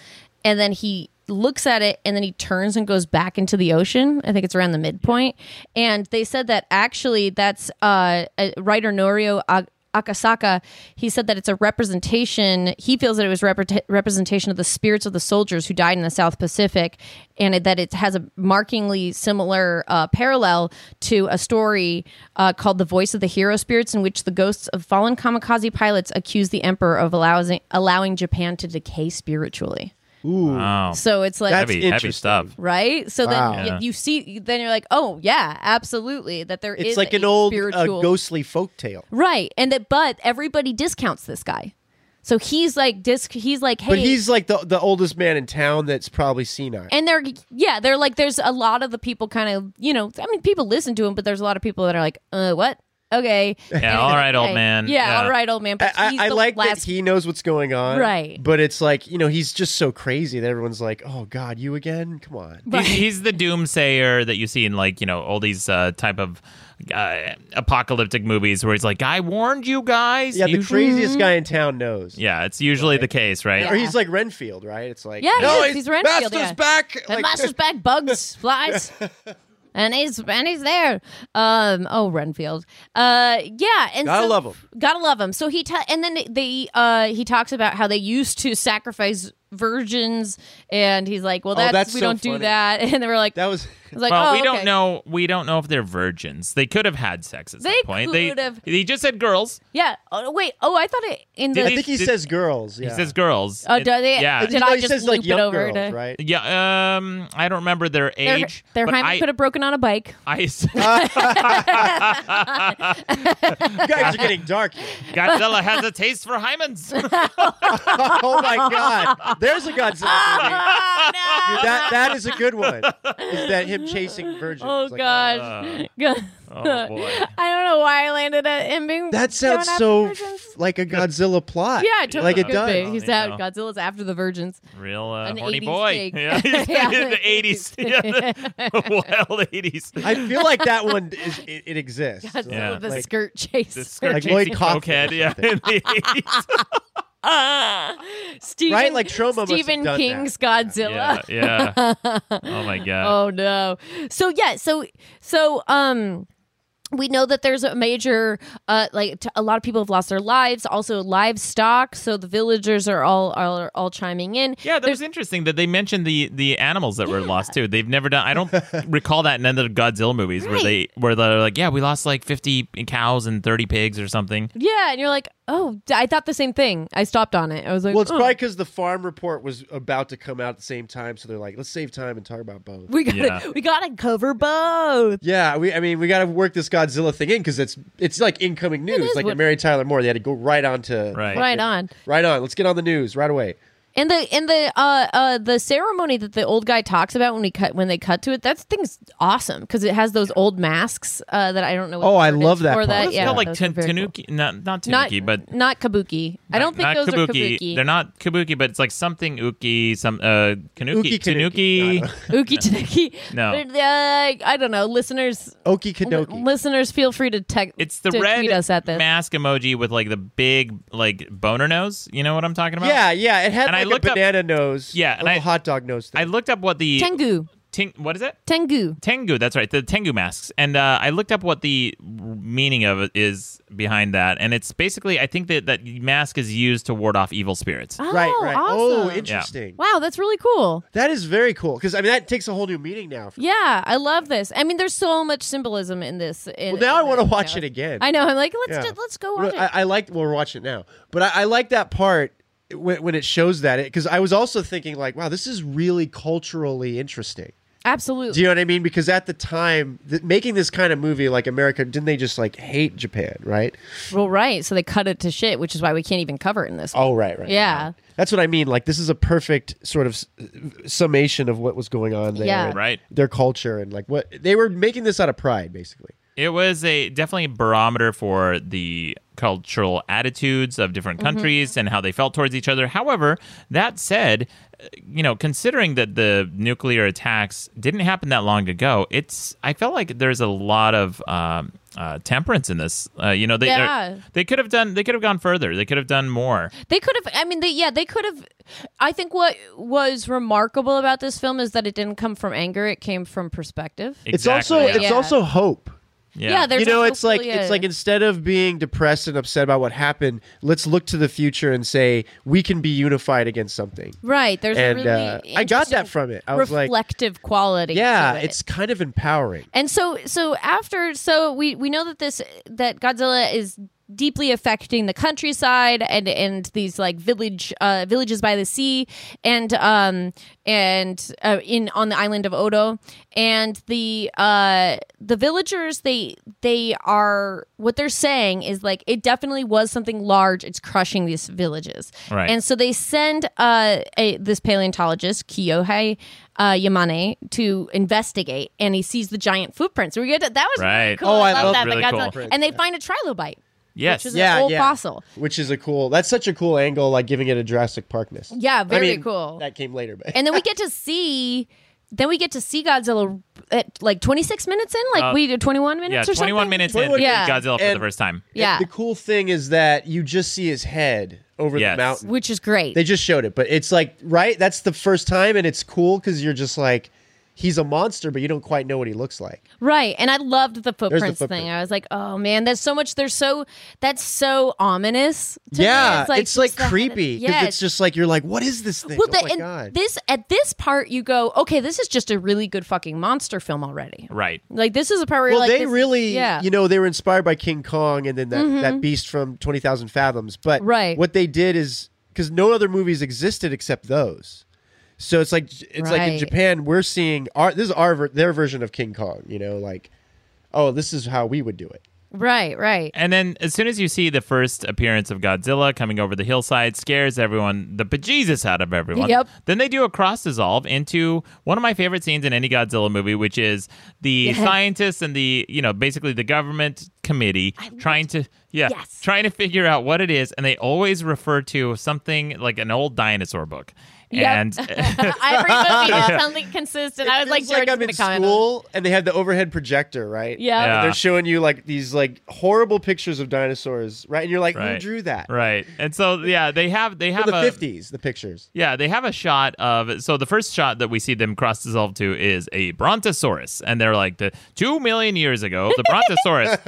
and then he looks at it and then he turns and goes back into the ocean. I think it's around the midpoint. And they said that actually that's uh, uh, writer Norio Ak- Akasaka. He said that it's a representation. He feels that it was repre- representation of the spirits of the soldiers who died in the South Pacific, and it, that it has a markingly similar uh, parallel to a story uh, called "The Voice of the Hero Spirits," in which the ghosts of fallen kamikaze pilots accuse the emperor of allowing allowing Japan to decay spiritually.
Ooh.
Wow.
So it's like
That's
heavy, heavy
interesting.
stuff.
right? So
Wow.
then
Yeah.
if you see, then you're like, oh yeah, absolutely. That there is
It's like
a
an old uh,
spiritual
ghostly folktale.
right, and that but everybody discounts this guy, so he's like disc. He's like, hey,
But he's like the the oldest man in town that's probably senile.
and they're yeah, they're like, there's a lot of the people kind of you know, I mean, people listen to him, but there's a lot of people that are like, uh, what?
*laughs*
Okay, *laughs*
Yeah, all right, old
Hey,
man.
Yeah, all right, old man. But
I,
he's
I
the
like
last
that he knows what's going on,
Right.
But it's like you know he's just so crazy that everyone's like, "Oh God, you again? Come on!"
He's, he's the doomsayer that you see in like you know all these uh, type of uh, apocalyptic movies where he's like, "I warned you guys."
Yeah, the
usually-
craziest guy in town knows.
Yeah, it's usually the case, right?
Or he's like Renfield, right? It's like,
Yeah, he
no,
is.
it's
He's Renfield,
Master's
yeah.
back.
And
Like,
master's back
*laughs*
bugs, flies. And he's and he's there. Um, oh Renfield. Uh, yeah. And
Gotta
so-
love him.
Gotta love him. So he ta- and then they uh he talks about how they used to sacrifice virgins, and he's like, well,
Oh,
that's,
that's
we
so
don't do
funny.
that. *laughs* And they were like,
that was *laughs*
I was like,
well,
oh,
we
okay.
don't know. We don't know if they're virgins. They could have had sex at
They
some point.
could
they
have-
He just said girls.
Yeah. Oh, wait. Oh, I thought it in
Did
I
he-
the.
think he
did-
says girls. Yeah.
He says girls.
Oh, do they?
Yeah.
Did
No,
I
he
just
says like
loop it
young
over
girls,
to-
right?
*laughs* Yeah, um, I don't remember their
Their,
age.
their
but
hymen
I-
could have broken on
*laughs*
a bike.
I
*laughs*
You guys are getting dark. here.
Godzilla has a taste for hymens.
Oh my God, there's a Godzilla. movie.
Oh,
*laughs* Dude, that that is a good one. Is that him chasing virgins?
Oh
Like, uh,
*laughs* gosh.
oh boy.
*laughs* I don't know why I landed at him being.
That
going
sounds
after
so
virgins.
f- like a Godzilla plot.
*laughs* Yeah, I totally
like it
could
does.
be. He's
Oh,
out.
you know.
Godzilla's after the virgins.
*laughs*
*laughs*
Real uh,
An
horny
80s
boy.
pig.
*laughs* Yeah.
*laughs* Yeah.
the 80s. *laughs* Yeah,
*laughs*
the wild 80s.
I feel like that one is it, it exists.
Godzilla
Yeah.
the
Like-
skirt chase.
The skirt
Like Lloyd
chasing
Kaufman
cokehead, *laughs*
or
yeah,
something.
in the 80s.
Ah, *laughs* Stephen,
Right? Like Troma must have
Stephen
done that.
King's
Yeah,
Godzilla.
yeah. Oh my god.
*laughs* Oh no. So yeah. So so um. We know that there's a major, uh, like t- a lot of people have lost their lives, also livestock. So the villagers are all are all chiming in.
Yeah, that was interesting that they mentioned the the animals that were lost too. They've never done. I
*laughs*
don't recall that in any of the Godzilla movies where they where they're like, yeah, we lost like 50 cows and 30 pigs or something.
Yeah, and you're like, oh, d- I thought the same thing. I stopped on it. I was like,
Well, it's
oh,
probably because the farm report was about to come out at the same time, so they're like, let's save time and talk about both.
we gotta
Yeah.
*laughs* we gotta cover both.
yeah, we. I mean, we got to work this Godzilla thing in because it's it's like incoming news.
is
like
what-
at Mary Tyler Moore, they had to go right on to
Right.
Right on.
right on. Let's get on the news right away.
And the and the uh uh the ceremony that the old guy talks about when we cut when they cut to it, that thing's awesome because it has those old masks uh that I don't know. What
Oh,
the
I
word
love
is
that
for
part. Well,
That
it's
yeah,
Not like
those
tan-
are very cool.
Tanuki, not not
not
Tanuki, but
not kabuki. I don't think
not
those
kabuki.
are kabuki.
They're not kabuki, but it's like something uki, some uh kanuki,
Uki Kanuki.
tanuki.
*laughs* uki tanuki.
No.
They're- they're, uh, I don't know. Listeners,
Okie Kadoki.
listeners, feel free to text.
*laughs* It's the
to
red
tweet us at this.
mask emoji with like the big like boner nose. You know what I'm talking about?
yeah, yeah. It had
And I
like a
looked up-
banana nose.
Yeah,
a
and
little
I-
hot dog nose. Thing.
I looked up what the
Tengu,
Ting, what is it?
tengu.
Tengu, that's right, the Tengu masks. And uh, I looked up what the meaning of it is behind that, and it's basically I think that that mask is used to ward off evil spirits.
Oh,
right, right. Oh,
Awesome.
interesting.
wow, that's really cool.
That is very cool because I mean that takes a whole new meaning now. For
Yeah, I love this. I mean, there's so much symbolism in this. in-
Well, now I
in
want to
this, you
watch
know.
it again.
I know. I'm like, let's
Yeah.
just, let's go
Well,
watch it.
I, I like. Well, we're watching it now, but I, I like that part when, when it shows that it because I was also thinking like, wow, this is really culturally interesting. Do
Absolutely.
you know what I mean? Because at the time, th- making this kind of movie, like America, didn't they just like hate Japan, right?
well, right. So they cut it to shit, which is why we can't even cover it in this.
Oh, right, right.
Yeah.
right. that's what I mean. Like, this is a perfect sort of s- summation of what was going on there,
Yeah.
and
Right.
Their culture and like what they were making this out of pride, basically.
It was a definitely a barometer for the cultural attitudes of different
Mm-hmm.
countries and how they felt towards each other. However, that said, uh, you know, considering that the nuclear attacks didn't happen that long ago, it's I felt like there's a lot of um, uh, temperance in this. Uh, you know, they they're-
Yeah.
they could have done they could have gone further. They could have done more.
They could have. I mean, they yeah, they could have. I think what was remarkable about this film is that it didn't come from anger; it came from perspective.
It's also
Exactly,
it's
Yeah.
also hope.
yeah.
yeah, there's
you know,
also
it's like
fully a-
it's like instead of being depressed and upset about what happened, let's look to the future and say we can be unified against something.
right. There's a
and
really
uh, I got that
interesting
from it. I was like,
reflective quality. to
yeah,
it.
it's kind of empowering.
And so so after so we we know that this that Godzilla is deeply affecting the countryside and and these like village uh, villages by the sea and um and uh, in on the island of Odo and the uh the villagers they they are what they're saying is like it definitely was something large it's crushing these villages
Right.
and so they send uh a, this paleontologist Kiyohei uh, Yamane to investigate, and he sees the giant footprints. We get to, that was really
Right.
cool.
Oh, I love
that.
really
Like, I
cool.
thought- And they find a trilobite,
Yes.
which is
Yeah,
an old
yeah.
fossil.
Which is a cool. That's such a cool angle, like giving it a Jurassic Parkness.
Yeah, very
I mean,
cool.
That came later, but
and then we get to see then we get to see Godzilla at like 26 minutes in like
Uh,
we did 21 minutes
yeah,
or something
21 minutes in
21
Yeah.
Godzilla for
And-
the first time.
yeah
*laughs* the cool thing is that you just see his head over
Yes.
the mountain.
which is great
They just showed it, but it's like right. That's the first time, and it's cool because you're just like, he's a monster, but you don't quite know what he looks like.
right and i loved the footprints
footprint.
thing i was like oh man there's so much there's so that's so ominous to me.
yeah, it's like
just the head-
creepy because
yeah,
it's just like you're like, what is this thing?
well,
oh
the,
my
and
god!
this at this part you go okay this is just a really good fucking monster film already
Right.
like this is a part where you're
well,
like
they
this-
really,
yeah Mm-hmm.
you know, they were inspired by King Kong and then that, that beast from Twenty Thousand Fathoms. But
Right.
what they did is because no other movies existed except those. So it's like it's like in
Right.
Japan, we're seeing our this is our ver- their version of King Kong. You know, like oh, this is how we would do it.
*laughs*
right right *laughs*
And then as soon as you see the first appearance of Godzilla coming over the hillside, scares everyone, the bejesus out of everyone.
Yep.
Then they do a cross dissolve into one of my favorite scenes in any Godzilla movie, which is the scientists and the, you know, basically the government committee trying to yeah,
Yes.
trying to figure out what it is and they always refer to something like an old dinosaur book.
Yep.
And *laughs*
every
*laughs*
movie is something consistent i was like
It's
George
I'm
going
in
to comment on
school and they have the overhead projector, right?
Yeah.
And
Yeah.
they're showing you like these like horrible pictures of dinosaurs, right? And you're like, who
Right.
drew that?
right. And so yeah, they have they have
For the
a,
fifties, the pictures.
Yeah, they have a shot of so the first shot that we see them cross dissolve to is a brontosaurus, and they're like the two million years ago the brontosaurus,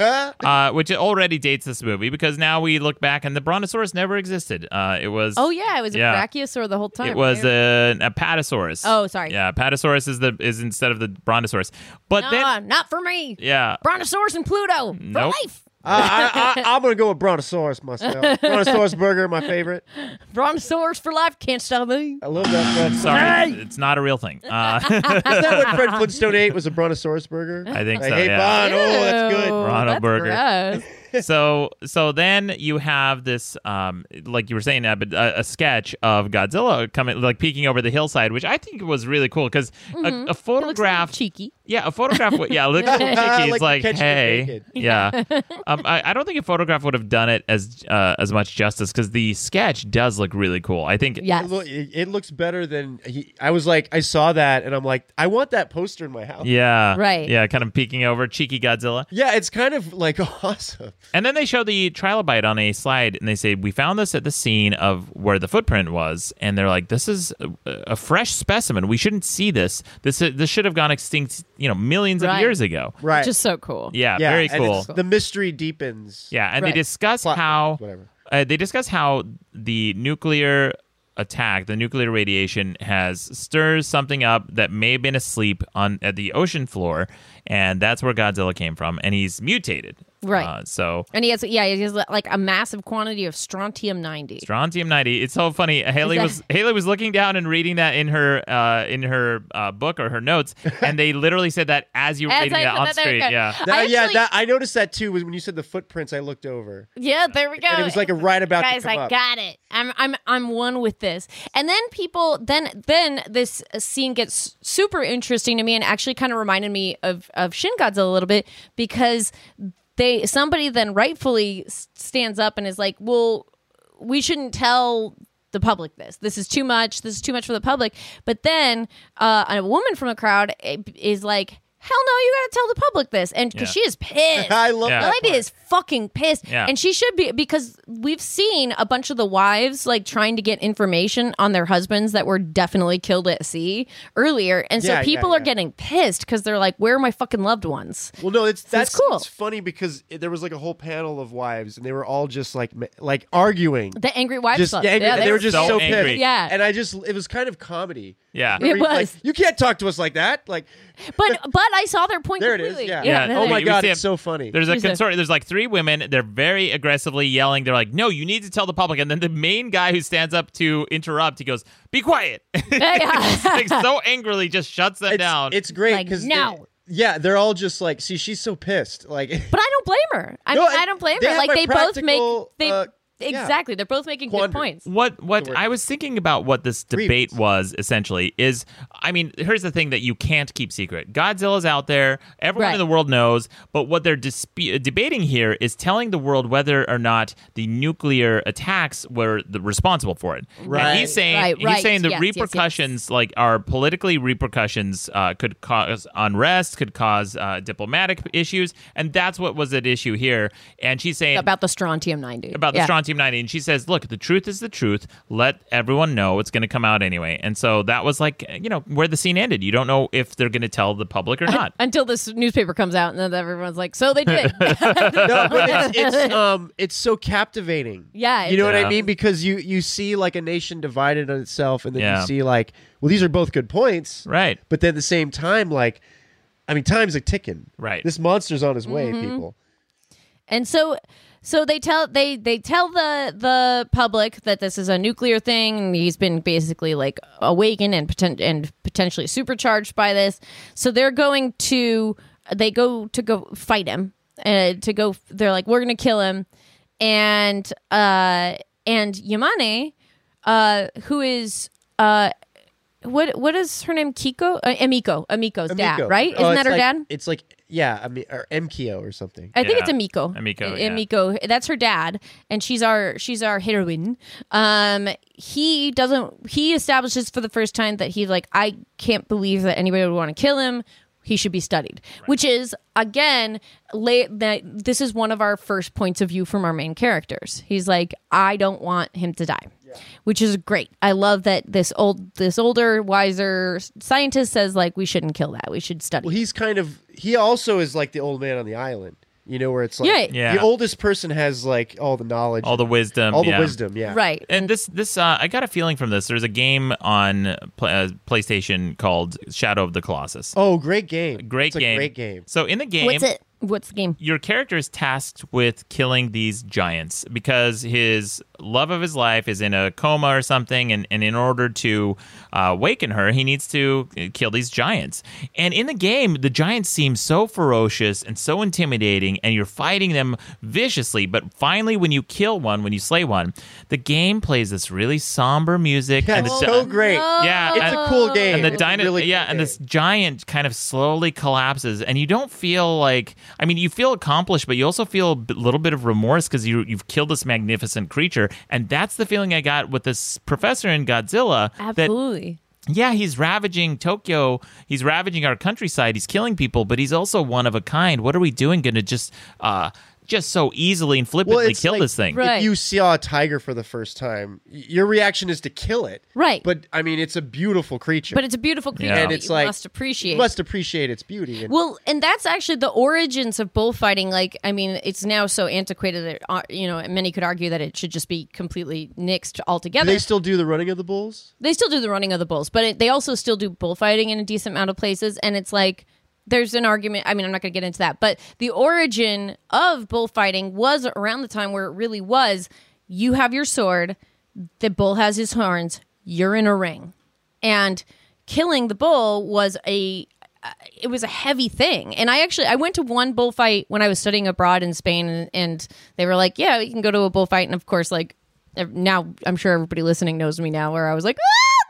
uh, which already dates this movie because now we look back and the brontosaurus never existed. Uh, it was
Oh yeah, it was a
Yeah.
brachiosaur the whole time.
it was
right?
an apatosaurus.
Oh, sorry.
Yeah, apatosaurus is the is instead of the brontosaurus, but
no,
then
not for me.
uh, yeah,
Brontosaurus and Pluto for
Nope.
life.
Uh, I, I, I'm gonna go with
*laughs*
Brontosaurus myself. Brontosaurus burger, my favorite.
Brontosaurus for life. Can't stop me.
I love that. Fred.
sorry, it's not a real thing. Uh, *laughs*
Is that what Fred Flintstone ate? Was a Brontosaurus burger?
I think
like,
so,
Hey,
yeah.
Bon, oh, that's
Ew,
good.
Bronto
that's
burger.
gross.
so so then you have this um like you were saying Ab, a, a sketch of Godzilla coming like peeking over the hillside which I think was really cool because a, a photograph
Mm-hmm. Cheeky.
yeah a photograph would-
*laughs*
yeah it looks a little cheeky
Uh, Like
it's like
catching it
hey
naked.
yeah um, I, I don't think a photograph would have done it as uh, as much justice because the sketch does look really cool I think
It,
Yes.
loo- it- it looks better than he, I was like. I saw that and I'm like, I want that poster in my house.
yeah
Right.
yeah kind of peeking over cheeky Godzilla
Yeah, it's kind of like *laughs* awesome.
And then they show the trilobite on a slide and they say, We found this at the scene of where the footprint was. And they're like, This is a, a fresh specimen. We shouldn't see this. This this should have gone extinct, you know, millions of
Right.
years ago.
Right.
Just so cool.
Yeah,
yeah,
very
and
cool.
it's- The mystery deepens.
Yeah, and
Right.
they discuss
Plot-
how
whatever.
Uh, they discuss how the nuclear attack, the nuclear radiation, has stirs something up that may have been asleep on at the ocean floor, and that's where Godzilla came from, and he's mutated.
Right.
Uh, so
And he has yeah, he has like a massive quantity of strontium ninety.
Strontium 90. It's so funny. Haley
that-
was Haley was looking down and reading that in her uh, in her uh, book or her
*laughs*
notes, and they literally said that as you were
As
reading
I
that
said
on
that, there we
screen.
go.
Yeah.
That-
I
yeah,
actually-
that, I noticed that too. Was when you said the footprints, I looked over.
Yeah, there we go.
And it was like a right about to
guys.
come
I
up.
got it. I'm I'm I'm one with this. And then people then then this scene gets super interesting to me and actually kind of reminded me of of Shin Godzilla a little bit because they somebody then rightfully s- stands up and is like, well, we shouldn't tell the public this. This is too much. This is too much for the public. But then uh, a woman from the crowd eh, is like. Hell no! You gotta tell the public this, and because
Yeah.
she is pissed.
*laughs* I love
Yeah.
that.
The lady
part.
is fucking pissed,
Yeah.
and she should be because we've seen a bunch of the wives like trying to get information on their husbands that were definitely killed at sea earlier, and
Yeah, yeah,
so people are
yeah.
getting pissed because they're like, "Where are my fucking loved ones?"
Well, no, it's that's
it's cool.
It's funny because it, there was like a whole panel of wives, and they were all just like ma- like arguing.
The angry wives
just
club.
yeah, angry, and they, were just so,
angry.
pissed.
Yeah.
and I just it was kind of comedy
Yeah.
It
Where he's
was.
Like, you can't talk to us like that. Like,
But but I saw their point
There it is,
completely.
yeah.
Yeah,
oh
we-
my
we
god,
see
it's
it.
so funny.
There's a
Who's that?
consortium. There's like three women. They're very aggressively yelling. They're like, "No, you need to tell the public." And then the main guy who stands up to interrupt, he goes, "Be
*laughs*
quiet!"
*laughs*
*laughs*
Yeah.
*laughs*
like so angrily, just shuts them
it's,
down.
It's great
Like,
because
no.
yeah, they're all just like, see, she's so pissed. Like, *laughs*
But I don't blame her. I,
No,
mean,
I-
I don't blame
they
her.
have
Like
a
they both make
practical,
they
uh, yeah.
exactly. They're both making good
Quandary.
poinds.
What what
word.
I was thinking about what this debate
Grievance.
was essentially is I mean here's the thing that you can't keep secret. Godzilla's out there, everyone
Right.
in the world knows, but what they're disp- uh, debating here is telling the world whether or not the nuclear attacks were the, responsible for it.
Right.
And he's saying
Right, right.
he's saying the
Yes, yes, yes.
repercussions like our politically repercussions uh, could cause unrest, could cause uh, diplomatic issues, and that's what was at issue here. And she's saying
About the strontium ninety.
about the
Yeah.
strontium 90 and she says look the truth is the truth let everyone know it's going to come out anyway and so that was like you know where the scene ended you don't know if they're going to tell the public or
*laughs*
not
Until this newspaper comes out and then everyone's like, so
*laughs*
they did.
no, but it's, *laughs* it's um, it's so captivating.
Yeah,
you know
it's-
what I
Yeah.
mean because you you see like a nation divided on itself, and then
Yeah.
you see like, well, these are both good points,
right
But then at the same time, like, I mean, time's a ticking.
Right.
This monster's on his way,
Mm-hmm.
people.
and so so they tell they they tell the the public that this is a nuclear thing and he's been basically like awakened and potent, and potentially supercharged by this so they're going to they go to go fight him uh, to go they're like we're gonna kill him and uh and yamane uh who is uh what what is her name kiko uh, amiko amiko's dad
Amico.
right
Oh,
isn't
it's
that her
like-
dad
It's like yeah, I mean, or MKO or something.
I think
Yeah.
it's Amiko.
Amiko,
A-
yeah.
Amiko. That's her dad, and she's our she's our heroine. Um, he doesn't. He establishes for the first time that he's like, I can't believe that anybody would want to kill him. He should be studied, which is again, la- that this is one of our first points of view from our main characters. He's like, I don't want him to die, which is great. I love that this old, this older, wiser scientist says like, we shouldn't kill that. We should study.
Well, he's kind of he also is like the old man on the island. You know where it's like
Yeah.
Yeah.
the oldest person has like all the knowledge,
all the wisdom
all the
yeah.
wisdom. Yeah,
right.
and this this uh, I got a feeling from this. There's a game on pla uh, PlayStation called Shadow of the Colossus.
Oh, great game!
great
It's a
game.
Great game.
So in the game,
What's it? What's the game?
your character is tasked with killing these giants because his love of his life is in a coma or something, and, and in order to uh, waken her, he needs to uh, kill these giants. And in the game, the giants seem so ferocious and so intimidating, and you're fighting them viciously. But finally, when you kill one, when you slay one, the game plays this really somber music.
Yeah,
and
Oh,
it's
the
so great.
Yeah,
It's
and-
a cool game.
and the
It's a
dino,
really
yeah,
cool
and
game.
this giant kind of slowly collapses, and you don't feel like, I mean, you feel accomplished, but you also feel a b- little bit of remorse because you you've killed this magnificent creature, and that's the feeling I got with this professor in Godzilla. That
Absolutely.
yeah, he's ravaging Tokyo. He's ravaging our countryside. He's killing people, but he's also one of a kind. What are we doing? Going to just uh just so easily and flippantly
it's
kill
like-
this thing?
Right.
If you saw a tiger for the first time, y- your reaction is to kill it.
Right.
But I mean, it's a beautiful creature.
But it's a beautiful creature
And
that
it's
you
like-
must appreciate.
you must appreciate its beauty. And
well, and that's actually the origins of bullfighting. Like, I mean, it's now so antiquated that uh, you know many could argue that it should just be completely nixed
do
altogether.
they still do the running of the bulls?
they still do the running of the bulls, but it, they also still do bullfighting in a decent amount of places. And it's like there's an argument. I mean, I'm not going to get into that, but the origin of bullfighting was around the time where it really was. You have your sword, the bull has his horns, you're in a ring, and killing the bull was a it was a heavy thing. And I actually I went to one bullfight when I was studying abroad in Spain, and, and they were like, "Yeah, you can go to a bullfight." And of course, like ev- now I'm sure everybody listening knows me now, where I was like,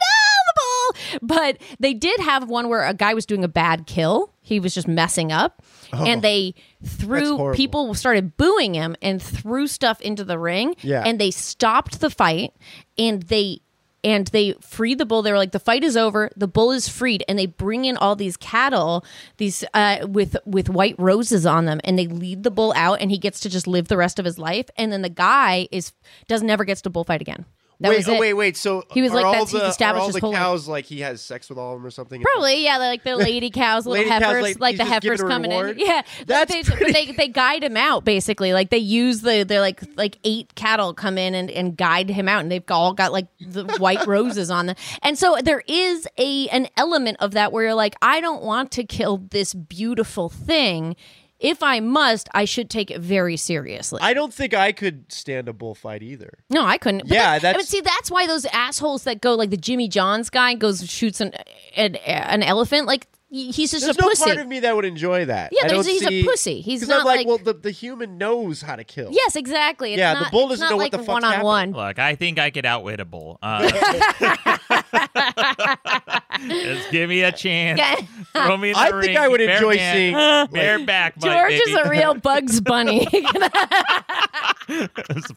"Ah, no, the bull!" But they did have one where a guy was doing a bad kill. He was just messing up, and they threw
horrible.
people started booing him and threw stuff into the ring.
Yeah.
and they stopped the fight, and they and they free the bull. They were like, the fight is over. The bull is freed, and they bring in all these cattle, these uh, with with white roses on them, and they lead the bull out, and he gets to just live the rest of his life. And then the guy is does never gets to bullfight again. That
wait,
was
oh,
it.
wait, wait. So
He was
are
like,
all
that's- he
the,
established
are all
his
the
whole life.
cows like he has sex with all of them or something.
Probably, yeah. They're like
*laughs*
the lady cows, little
Lady cows,
heifers,
like,
like,
he's
the
just giving
heifers
her
coming
reward?
in. Yeah,
That's
they, but
pretty-
they they guide him out basically. Like they use the they're like like eight cattle come in and, and guide him out, and they've all got like the
*laughs*
white roses on them. And so there is a an element of that where you're like, I don't want to kill this beautiful thing. If I must, I should take it very seriously.
I don't think I could stand a bullfight either.
No, I couldn't. But
Yeah,
that-
that's-
But see, that's why those assholes that go like the Jimmy Johns guy goes and shoots an an, an elephant. Like he- he's just
There's
a
no
pussy.
part of me that would enjoy that.
Yeah,
I
there's-
don't
he's a
see-
pussy. He's
'cause I'm
not
like,
like-
well, the, the human knows how to kill.
yes, exactly. It's
Yeah, the
not,
bull
it's
doesn't
not
know what
like
the fuck's
one on one.
Look, I think I could outwit a bull. Uh, just give me a chance.
*laughs* Yeah.
Throw me in the
I think
ring.
I would
Bare
enjoy
man,
seeing-
*laughs*
bare back. my
George
baby.
is a
*laughs*
real Bugs Bunny.
*laughs*
*laughs*
Just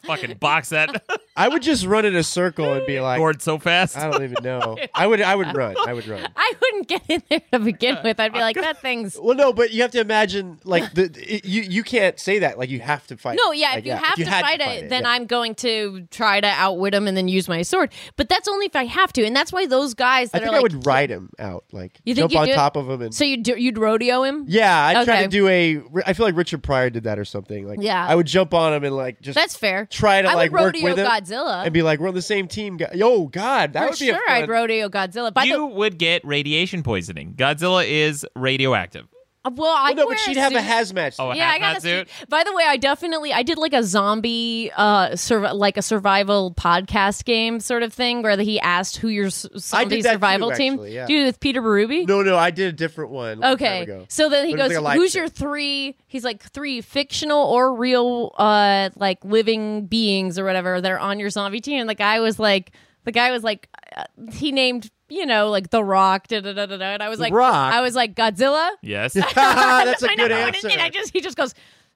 fucking box
*laughs*
that
I would just run in a circle and be like,
gourd so fast.
I don't even know. I would I would run. I would run.
I wouldn't get in there to begin with. I'd be like, that
*laughs*
thing's.
Well, no, but you have to imagine like the it, you you can't say that like you have to fight.
No, yeah.
Like,
If you have to
had
fight it, then
yeah.
I'm going to try to outwit him and then use my sword. But that's only if I have to, and that's why those guys
I
that
think
are like.
I would ride him out, like
You think
jump
you'd
on
do it?
top of him and.
so you do, you'd rodeo him?
yeah, I would try
Okay.
to do a. I feel like Richard Pryor did that or something. Like,
Yeah.
I would jump on him and like just
That's fair.
try to
I
like
would
work
rodeo
with him
Godzilla.
and be like, we're on the same team. guy. Yo, God, that
For
would be a
sure,
fun-
I'd rodeo Godzilla. By
you would get radiation poisoning. Godzilla is radioactive.
the well, I
Well, no,
wear
but she'd
a
have a
suit.
hazmat.
Oh,
suit.
a
yeah, I
hazmat
got a
suit.
suit. By the way, I definitely I did like a zombie, uh, sur- like a survival podcast game sort of thing where he asked who your s- zombie
that too,
survival team.
actually, yeah.
Do you with Peter Baruby?
No, no, I did a different one. a long time
Okay,
ago.
so then he
But it was
goes,
like a live
"Who's
show. *laughs*
your three? He's like three fictional or real, uh, like living beings or whatever that are on your zombie team." And the guy was like, the guy was like, uh, he named you know like The Rock, da da da da, da. And I was like,
Rock?
I was like Godzilla.
*laughs*
Yes.
Ah, That's a
*laughs* I
good
know what it
answer.
did. I just he just goes.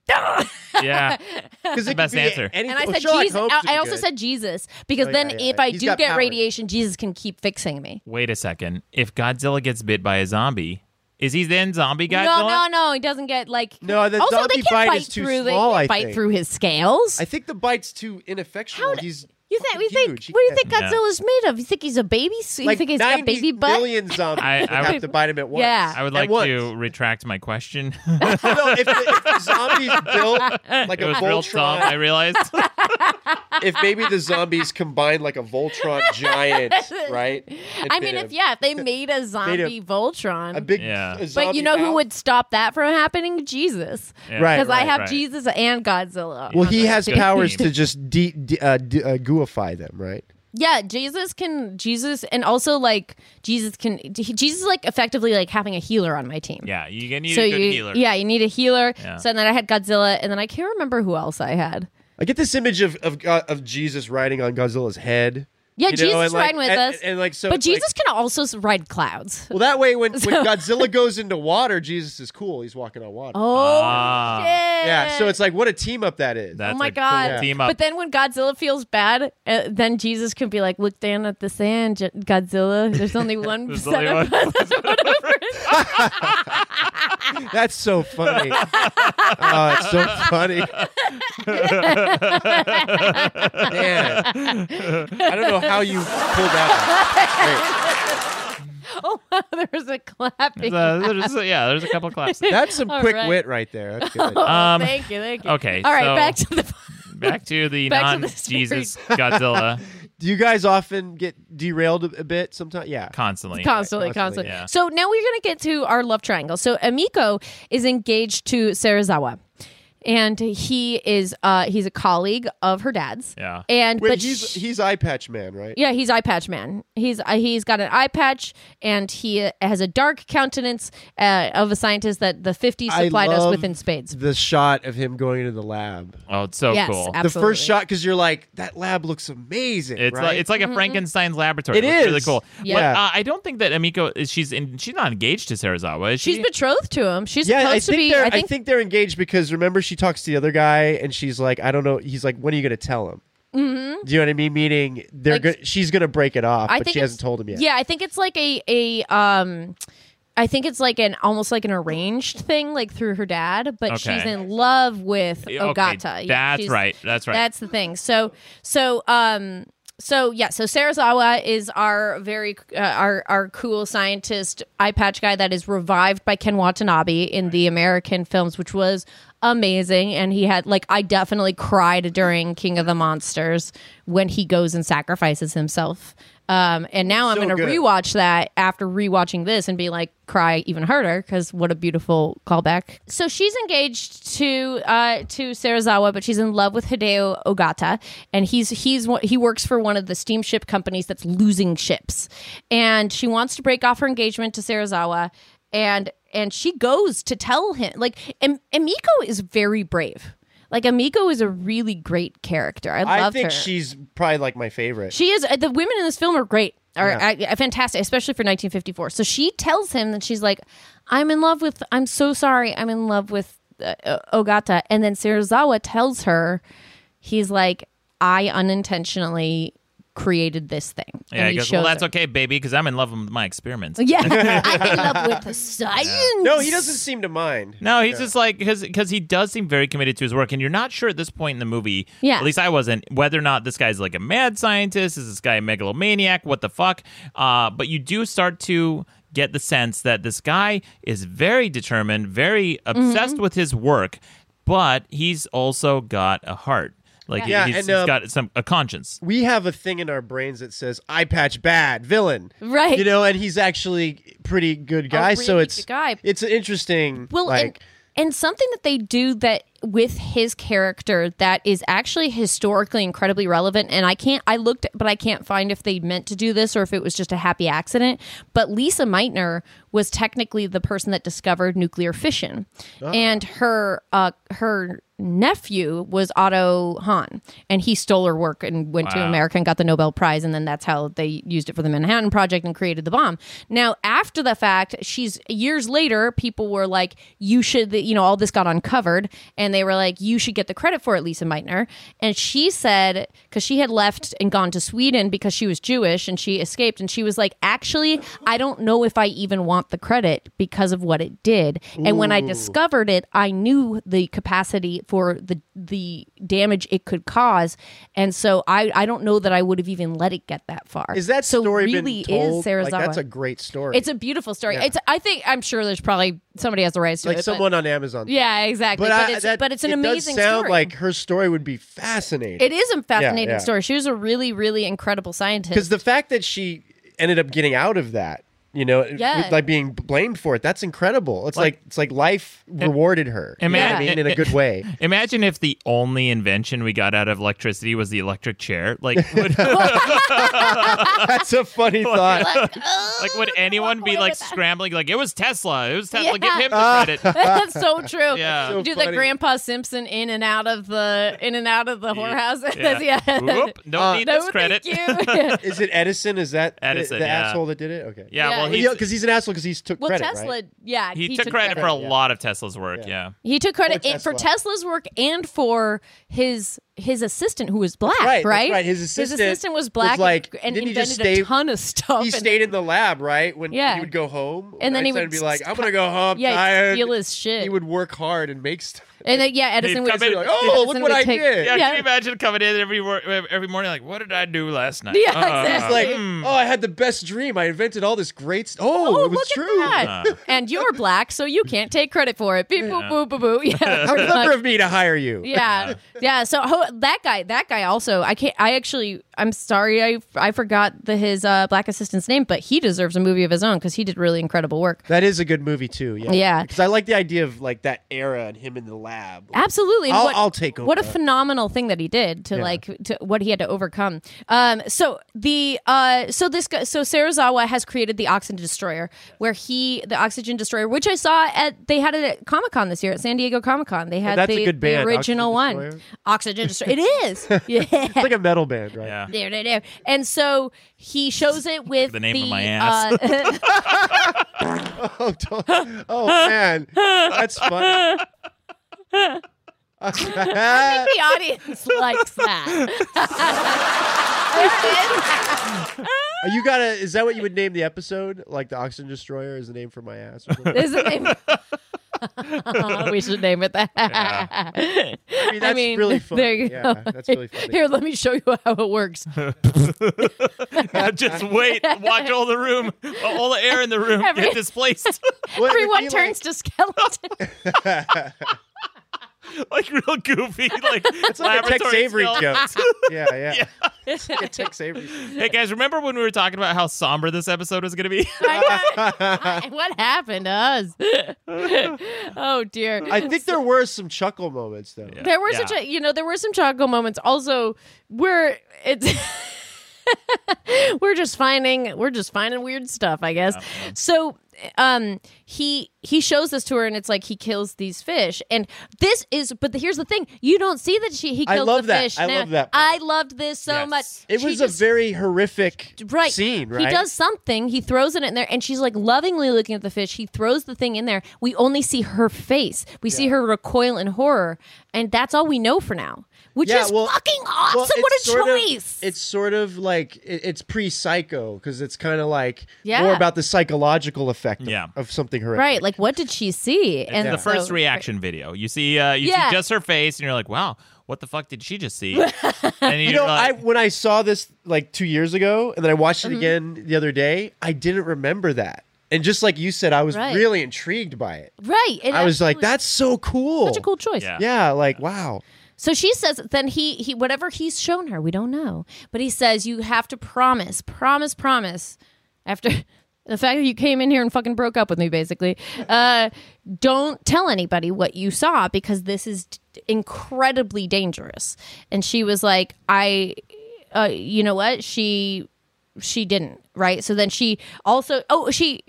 "Duh." *laughs*
yeah.
Because it
Best
could be
answer.
any-
And I
well,
said,
Sherlock
Jesus.
Holmes
I,
would
I
be
also
good.
said Jesus because
Oh, yeah,
then
yeah,
if
yeah.
I
He's
do
got
get
powers.
radiation, Jesus can keep fixing me.
Wait a second. If Godzilla gets bit by a zombie, is he then zombie Godzilla?
No, no, no. He doesn't get like.
No, the
also
zombie
they can't
bite
bite
is too
through.
small,
they
I
can't bite
think.
through his scales.
I think the bite's too ineffectual. He's
You think? You
huge.
think?
He
What do you think
can't-
Yeah.
Godzilla's made of? You think he's a baby? You
Like
think he's got
90
a baby butt?
million zombies
I-
would
I
have
would-
to bite him at once.
Yeah.
I would
At
like
once.
to retract my question.
*laughs* no, if, the, if the zombies
*laughs*
built like
it
a
was real dumb, I
Voltron, *laughs*
realized.
if maybe the zombies combined like a
*laughs*
Voltron giant, right? and
I
bit
mean,
him.
if yeah, if
*laughs*
they made a zombie Voltron,
a big
Yeah.
a
but
zombie
you know who
out-
would stop that from happening? Jesus,
Yeah.
Right,
because I
right,
have
right.
Jesus and Godzilla.
Well,
on
he
my
has
team.
powers
team.
to just de- de- uh, de- uh, gooify them, right?
Yeah, Jesus can Jesus, and also like Jesus can he- Jesus is like effectively like having a healer on my team.
Yeah, you can need
so
a good
you,
healer.
yeah, you need a healer.
Yeah.
So then I had Godzilla, and then I can't remember who else I had.
I get this image of of, Go- of Jesus riding on Godzilla's head.
Yeah,
you know,
Jesus
and, like-
riding with
and-
us,
and, like so.
but
it's like-
Jesus can also s- ride clouds.
well, that way
*laughs*
when,
So-
when Godzilla goes into water, Jesus is cool. He's walking on water.
Oh
Ah.
shit!
yeah. So it's like what a team up that is.
That's
oh my
a cool
god!
team up.
But then when Godzilla feels bad, uh, then Jesus can be like, "Look down at the sand, J- Godzilla.
*laughs*
There's only one
There's
set
only
of *laughs*
one-
That's so funny. oh, it's so funny. Man, I don't know how you pulled that.
Oh wow! *laughs* There's a clapping.
Uh,
*laughs*
there's- yeah, there's a couple of claps.
Out. That's some
All
quick
right.
wit right there. That's good.
Oh,
Um,
thank you, thank you.
okay,
All right,
so- *laughs*
back to the. *laughs*
Back to the
Back to the *laughs*
non-Jesus Godzilla
Do you guys often get derailed a, a bit sometimes? Yeah.
constantly.
Constantly,
Constantly,
constantly.
yeah.
So now we're going to get to our love triangle. So Amiko is engaged to Sarazawa, and he is uh he's a colleague of her dad's.
Yeah.
And
Wait,
but
he's
sh-
he's eye patch man, right?
Yeah, he's eye patch man. He's uh, he's got an eye patch, and he uh, has a dark countenance uh, of a scientist that the 50s
I
supplied us
love
with in spades.
The shot of him going into the lab.
Oh, it's so
yes,
cool.
absolutely.
The first shot, because you're like, that lab looks amazing.
It's
right?
like it's like a Frankenstein's laboratory.
It
It is really
is.
cool.
Yeah.
But uh, I don't think that Amiko is she's in, she's not engaged to Sarazawa. Is
She's
she?
betrothed to him. She's
yeah,
supposed
I think
to be.
they're.
I think,
they're engaged because remember she talks to the other guy and she's like, I don't know. He's like, when are you gonna tell him? Mm-hmm. Do you know what I mean? Meaning they're
Like-
go- she's gonna break it off,
I
but
think
she
it's-
hasn't told him yet.
Yeah, I think it's like a a um. I think it's like an almost like an arranged thing, like through her dad, but
Okay.
she's in love with
Okay,
Ogata. Yeah,
that's
she's-
right. That's right.
That's the thing. So so um So yeah, so Sarazawa is our very uh, our our cool scientist eye patch guy that is revived by Ken Watanabe in the American films, which was amazing. And he had like I definitely cried during King of the Monsters when he goes and sacrifices himself. Um, and now I'm
So
going to
good.
rewatch that after rewatching this and be like cry even harder because what a beautiful callback. So she's engaged to uh, to Sarazawa, but she's in love with Hideo Ogata, and he's he's one- he works for one of the steamship companies that's losing ships, and she wants to break off her engagement to Sarazawa, and and she goes to tell him like and, and Miko is very brave. Like Amiko is a really great character. I love
I
her.
think she's probably like my favorite.
She is. uh, The women in this film are great, are uh, fantastic, especially for 1954. So she tells him that she's like, "I'm in love with. I'm so sorry. I'm in love with uh, O- Ogata." And then Sarazawa tells her, "He's like, I unintentionally created this thing."
Yeah,
and
he goes,
shows
well, that's
her.
okay, baby, because I'm in love with my experiments.
Yeah,
*laughs*
I'm in love with science.
no, he doesn't seem to mind.
No, he's just like because he does seem very committed to his work, and you're not sure at this point in the movie.
Yeah.
at least I wasn't whether or not this guy's like a mad scientist. Is this guy a megalomaniac? What the fuck? Uh, but you do start to get the sense that this guy is very determined, very obsessed with his work, but he's also got a heart. Like
Yeah,
he's,
and,
he's
uh,
got some a conscience.
We have a thing in our brains that says eye patch bad villain,
Right.
You know, and he's actually pretty good guy. so
really
it's
good guy.
it's an interesting
Well,
like
and, and something that they do that with his character that is actually historically incredibly relevant. And I can't, I looked, but I can't find if they meant to do this or if it was just a happy accident. But Lisa Meitner was technically the person that discovered nuclear fission, and her, uh, her nephew was Otto Hahn, and he stole her work and went to
Wow.
America and got the Nobel Prize, and then that's how they used it for the Manhattan Project and created the bomb. Now, after the fact, she's years later, people were like, "You should," you know, all this got uncovered, and they were like, "You should get the credit for it, Lisa Meitner." And she said, because she had left and gone to Sweden because she was Jewish and she escaped, and she was like, "Actually, I don't know if I even want the credit because of what it did." And when I discovered it, I knew the capacity for the the damage it could cause, and so I I don't know that I would have even let it get that far.
is that
so
story
really
been
is
told?
Sarazawa?
like, that's a great story.
it's a beautiful story. It's I think I'm sure there's probably somebody has the rights to
like
it. but-
someone on Amazon.
yeah, exactly.
but,
But,
I,
it's
that,
but it's an
it
amazing
does sound
story.
like her story would be fascinating.
it is a fascinating
yeah.
story. She was a really really incredible
*laughs*
scientist.
because the fact that she ended up getting out of that you know
Yeah.
with, like being blamed for it that's incredible it's like,
Like-
it's like life rewarded her you know what
Ima-
i mean in a good
*laughs*
way *laughs*
Imagine if the only invention we got out of electricity was the electric chair. Like, *laughs* would,
that's a
*laughs*
funny thought
Like, would anyone be like scrambling? Like, it was Tesla. It was Tesla.
Yeah.
Give him
Uh,
the
*laughs*
credit.
*laughs* That's so true.
Yeah. So
You do the
funny.
Grandpa Simpson in and out of the in and out of the whorehouse.
Yeah.
*laughs* Yeah.
Whoop, don't
Uh,
need
No,
this credit. *laughs*
thank you. *laughs*
is it edison is that the-
Edison,
the,
yeah.
asshole that did it okay
Yeah,
Yeah.
well,
because
he's,
he's, an asshole because he's took
well,
credit
Tesla,
right?
yeah,
he, took credit, for a lot of Tesla's work. Yeah.
He took credit
For
in- for,
Tesla.
Tesla's work and for his his assistant who was black,
right, that's
right?
right. His assistant
was
was
black
like,
and,
didn't he
invented
just
a
stay-
ton of stuff.
he
and-
stayed in the lab right when
Yeah.
he would go home
And then he
Einstein
would
be like
s-
i'm gonna go home
yeah, he'd
tired
steal his shit.
he would work hard and make stuff
and then, yeah, Edison
He'd
would
come in
like, oh
Edison
look what
would
i
take-
did
Yeah,
Yeah.
Can you imagine coming in every wor- every morning? Like, what did I do last night?
*laughs* Yeah,
Uh,
exactly.
It's like, oh, I had the best dream. I invented all this great. St- oh,
Oh,
it was
look
true.
at that! and you're black, so you can't take credit for it. Beep boop boop boop boo. Yeah,
How clever of me to hire you.
yeah yeah so ho- that guy that guy also i can't i actually i'm sorry i i forgot the his uh black assistant's name but he deserves a movie of his own because he did really incredible work
That is a good movie too. Yeah.
Yeah. Ah.
Because I like the idea of like that era and him in the lab. Like,
absolutely and
I'll-
what,
I'll take over
what a
that.
phenomenal thing that he did to like to what he had to overcome um so the uh so this guy so sarazawa has created the oxygen destroyer where he the oxygen destroyer which i saw at they had it at comic-con this year at san diego comic-con they had
that's a
the,
good band,
the original
Oxygen
one
Destroyer.
oxygen destroyer it is yeah
*laughs*
*laughs*
It's like a metal band, right?
Yeah.
There, there, there. And so he shows it with
The name of my
uh,
Oh, don't- oh man, that's funny.
*laughs* *laughs*
*laughs*
the audience likes *laughs* that.
you gotta.
*laughs*
Is that what you would name the episode? Like the Oxygen Destroyer is the name for my ass. Or something?
There's a name. we should name it that.
I mean, that's
I mean,
really funny.
there you go.
yeah, that's really funny.
Here, let me show you how it
*laughs*
*laughs*
works.
mm.
Just
*laughs*
wait. Watch all the room, all the air in the room
Every-
get
*laughs*
displaced. *laughs*
What would it
Everyone
be like-
turns to skeleton. *laughs*
like real
*laughs*
goofy, like it's
like a Tex Avery joke. yeah, yeah. It's like a
*laughs*
Tex Avery.
*laughs* Hey guys, remember when we were talking about how somber this episode was going to
*laughs*
be?
*laughs*
I- what happened to us? *laughs* oh dear.
I think there were some chuckle moments though.
there were
Yeah.
such a you know there were some choco moments. Also, we're it's. *laughs* we're just finding we're just finding weird stuff i guess so um he he shows this to her and it's like he kills these fish and this is but the, here's the thing you don't see that she he
I
killed
love
the
that.
fish
I
now.
love that
i
part.
loved this so
Yes.
much
It
She
was
just-
a very horrific
right
scene, right?
he does something he throws it in there and she's like lovingly looking at the fish he throws the thing in there we only see her face we see her recoil in horror and that's all we know for now which
Yeah,
is
well-
fucking awesome
Well,
what
it's
a
sort of-
choice
it's sort of like it, it's pre-psycho because it's kind of like
Yeah.
more about the psychological effect of,
Yeah.
of something horrific.
right like what did she see and
the first
so-
reaction video. You see, uh, you
Yeah.
see just her face, and you're like, "Wow, what the fuck did she just
*laughs*
see?" and
You know, I
like,
when I saw this like two years ago, and then I watched it
Mm-hmm.
again the other day, I didn't remember that. And just like you said, I was
Right.
really intrigued by it.
right it
I was like,
absolutely-
"That's so cool."
such a cool choice
Yeah.
Yeah, like wow.
So she says then he he whatever he's shown her, we don't know. But he says you have to promise, promise, promise after *laughs* the fact that you came in here and fucking broke up with me basically. Uh don't tell anybody what you saw because this is d- incredibly dangerous. And she was like, I uh, you know what? She she didn't, right? So then she also oh, she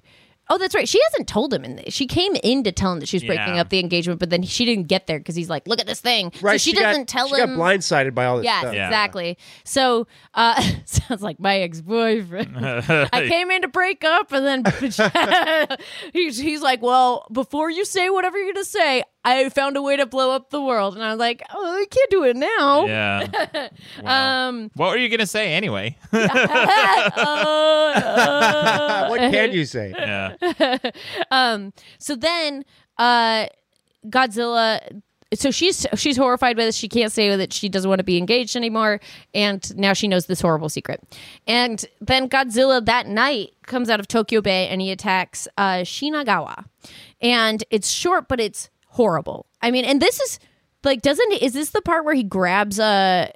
Oh, that's right. She hasn't told him, and she came in to tell him that she was breaking
Yeah.
up the engagement, but then she didn't get there because he's like, "Look at this thing."
Right?
So she,
got-
doesn't tell
she
him.
got blindsided by all this
Yes,
stuff.
Yeah.
exactly. So uh, *laughs* sounds like my ex boyfriend. I came in to break up, and then *laughs* he's he's like, "Well, before you say whatever you're gonna say, I found a way to blow up the world," and I was like, "Oh, I can't do it
*laughs*
now."
yeah.
*laughs*
Wow.
Um.
what were you gonna say anyway?
uh,
*laughs*
uh.
What can you
*laughs*
say?
yeah.
um so then uh godzilla so she's she's horrified by this she can't say that she doesn't want to be engaged anymore and now she knows this horrible secret and then godzilla that night comes out of tokyo bay and he attacks uh shinagawa and it's short but it's horrible i mean and this is like doesn't is this the part where he grabs a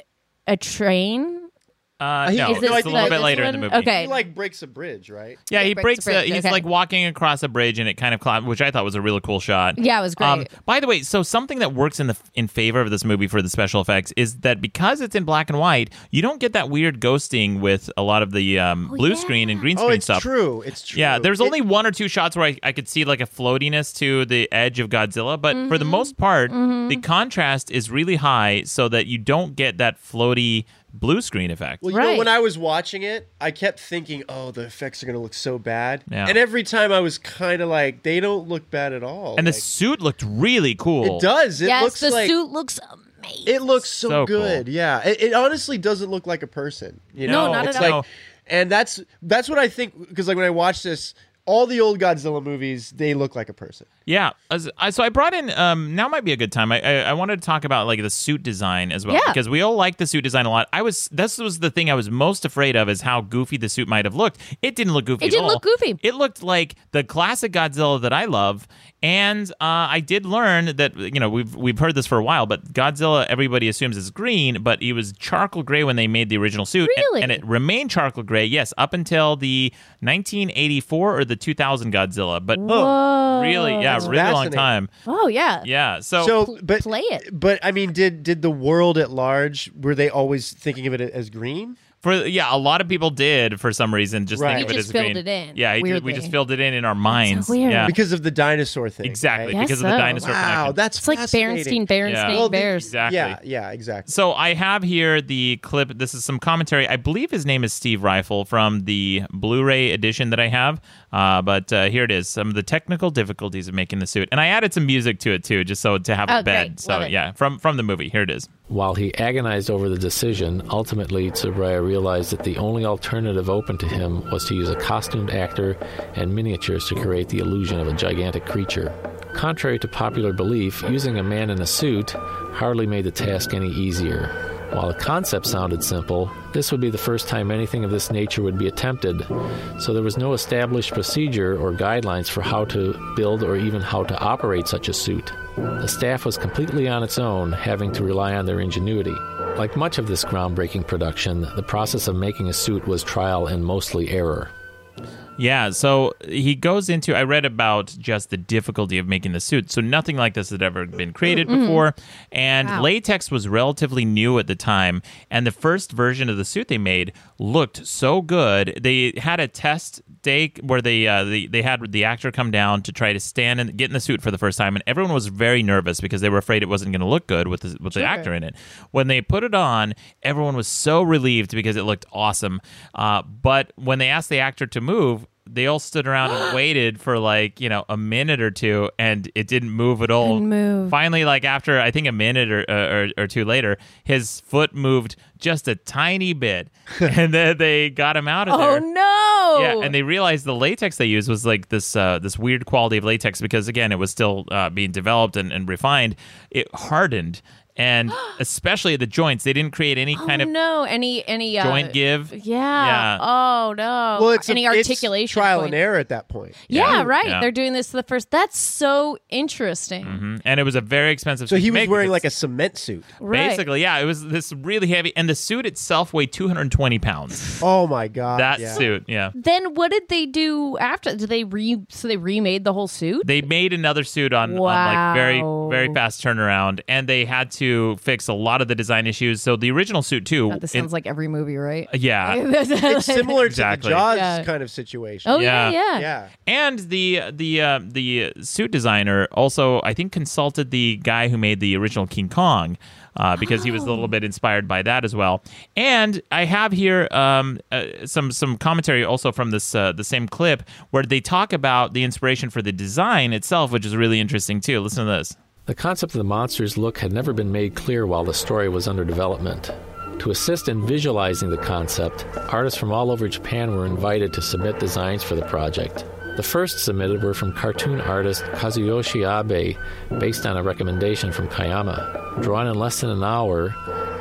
a train
Uh,
he-
no,
is
it's
this
a
like
little bit
this
later in the
one?
movie.
Okay.
He like breaks a bridge, right?
Yeah, he
breaks
breaks.
the
uh,
bridge,
he's
okay.
like walking across a bridge, and it kind of climbs, which I thought was a really cool shot. Um,
Yeah, it was great.
by the way, so something that works in the in favor of this movie for the special effects is that because it's in black and white, you don't get that weird ghosting with a lot of the um, blue
yeah.
screen and green
Oh,
screen
it's
stuff.
true. It's true.
Yeah, there's
It-
only one or two shots where I, I could see like a floatiness to the edge of Godzilla, but for the
Mm-hmm.
most part, the contrast is really high so that you don't get that floaty blue screen effect.
Well, you
Right.
know, when I was watching it, I kept thinking, "Oh, the effects are going to look so bad,"
Yeah.
and every time I was kind of like, "They don't look bad at all."
and the
Like,
suit looked really cool.
it does. It
yes
looks
the
like
suit looks amazing
it looks so,
So cool.
good. Yeah, it, it honestly doesn't look like a person. You
No,
know,
Oh, not
it's
at
like,
all.
and that's that's what I think because like when I watch this, all the old Godzilla movies they look like a person.
Yeah. As- I- so I brought in. Um, now might be a good time. I, I I wanted to talk about like the suit design as well
Yeah.
because we all like the suit design a lot. I was this was the thing I was most afraid of is how goofy the suit might have looked. It didn't look goofy.
It
at
didn't
all.
look goofy.
It looked like the classic Godzilla that I love. And uh, I did learn that you know we've we've heard this for a while, but Godzilla everybody assumes is green, but he was charcoal gray when they made the original suit, and-
Really?
and it remained charcoal gray. Yes, up until the 1984 or the 2000 Godzilla, but really, yeah,
That's
really long
fascinating.
time.
oh yeah
Yeah. So,
So, but
play it.
But I mean, did did the world at large were they always thinking of it as green?
for yeah, a lot of people did for some reason just
Right.
think of
We
it
just
as
filled
green.
it in,
Yeah, it-
weirdly.
we just filled it in in our minds.
weird.
Yeah,
Because of the dinosaur thing,
exactly
right?
Guess
because of the
so.
dinosaur
Wow,
connection.
that's
it's like Berenstein,
fascinating.
Berenstein
Yeah.
Well, the-
Bears.
exactly.
Yeah, yeah, exactly.
So I have here the clip. This is some commentary. I believe his name is Steve Rifle from the Blu-ray edition that I have. Uh, but uh, here it is. Some of the technical difficulties of making the suit, and I added some music to it too, just so to have
Oh,
a bed.
great.
So
Love it.
yeah, from from the movie. Here it is.
While he agonized over the decision, ultimately Tsuburaya realized that the only alternative open to him was to use a costumed actor and miniatures to create the illusion of a gigantic creature. Contrary to popular belief, using a man in a suit hardly made the task any easier. While the concept sounded simple, this would be the first time anything of this nature would be attempted, so there was no established procedure or guidelines for how to build or even how to operate such a suit. The staff was completely on its own, having to rely on their ingenuity. Like much of this groundbreaking production, the process of making a suit was trial and mostly error.
Yeah, so he goes into. I read about just the difficulty of making the suit. So nothing like this had ever been created before, and
Wow.
latex was relatively new at the time. And the first version of the suit they made looked so good. They had a test day where they uh, they, they had the actor come down to try to stand and get in the suit for the first time, and everyone was very nervous because they were afraid it wasn't going to look good with the, with the actor in it. When they put it on, everyone was so relieved because it looked awesome. Uh, but when they asked the actor to move they all stood around
*gasps*
and waited for like you know a minute or two and it didn't move at all
Didn't move.
finally like after i think a minute or, uh, or, or two later his foot moved just a tiny
*laughs*
bit and then they got him out of
Oh
there
no!
yeah, and they realized the latex they used was like this uh, this weird quality of latex because again it was still uh, being developed and, and refined. It hardened,
*gasps*
and especially at the joints, they didn't create any kind
oh,
of
no any any uh,
joint give.
Yeah.
Yeah.
Oh no.
Well, it's a-
any
it's
articulation
trial
point.
and error at that point.
Yeah,
Yeah.
right.
Yeah.
They're doing this the first. That's so interesting.
Mhm. And it was a very expensive.
So
suit
he
to
was
make
wearing
because-
like a cement suit.
Right.
Basically, yeah, it was this really heavy, and the suit itself weighed 220 pounds.
Oh my god!
That
*laughs*
yeah.
suit, yeah.
Then what did they do after? Did they re? So they remade the whole suit.
They made another suit on, on like very
Wow.
very fast turnaround, and they had to fix a lot of the design issues. So the original suit too.
God, this sounds like every movie, right?
Uh,
*laughs*
yeah,
It's similar
Exactly.
to the Jaws
Yeah.
kind of situation.
Oh yeah,
Yeah.
yeah.
yeah.
And the the uh, the suit designer also, I think, consulted the guy who made the original King Kong uh, because he was a little bit inspired by that as well. And I have here um, uh, some some commentary also from this uh, the same clip where they talk about the inspiration for the design itself, which is really interesting too. Listen to this.
The concept of the monster's look had never been made clear while the story was under development. To assist in visualizing the concept, artists from all over Japan were invited to submit designs for the project. The first submitted were from cartoon artist Kazuyoshi Abe, based on a recommendation from Kayama. Drawn in less than an hour,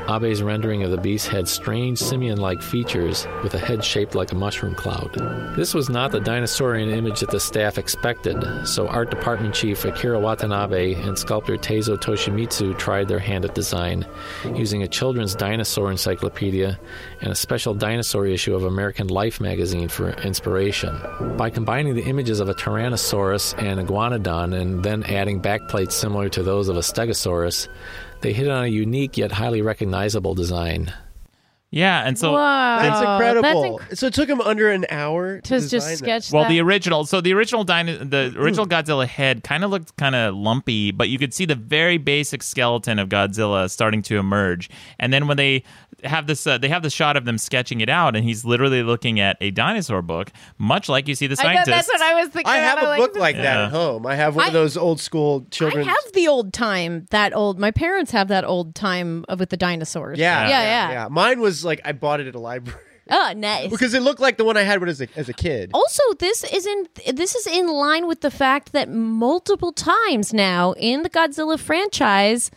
Abe's rendering of the beast had strange simian like features with a head shaped like a mushroom cloud. This was not the dinosaurian image that the staff expected, so art department chief Akira Watanabe and sculptor Teizo Toshimitsu tried their hand at design, using a children's dinosaur encyclopedia and a special dinosaur issue of American Life magazine for inspiration. By combining the images of a Tyrannosaurus and Iguanodon and then adding backplates similar to those of a Stegosaurus, they hit on a unique yet highly recognizable design.
Yeah, and so
Wow,
That's incredible.
Uh, That's inc-
so it took him under an hour to
to just
design that.
sketch.
Well,
that. Hmm.
the original, so the original dino, the original Godzilla head kind of looked kind of lumpy, but you could see the very basic skeleton of Godzilla starting to emerge. And then when they have this, uh, they have the shot of them sketching it out, and he's literally looking at a dinosaur book, much like you see the
I know,
scientists.
that's what I was thinking.
I have
about,
a book like that
Yeah.
at home. I have one
I-
of those old school
I
children's.
have the old time. That old. My parents have that old time of- with the dinosaurs.
yeah,
yeah,
yeah,
yeah.
yeah. Mine was like I bought it at a library
Oh, nice.
*laughs* because it looked like the one I had when as a as a kid.
also this is in this is in line with the fact that multiple times now in the Godzilla franchise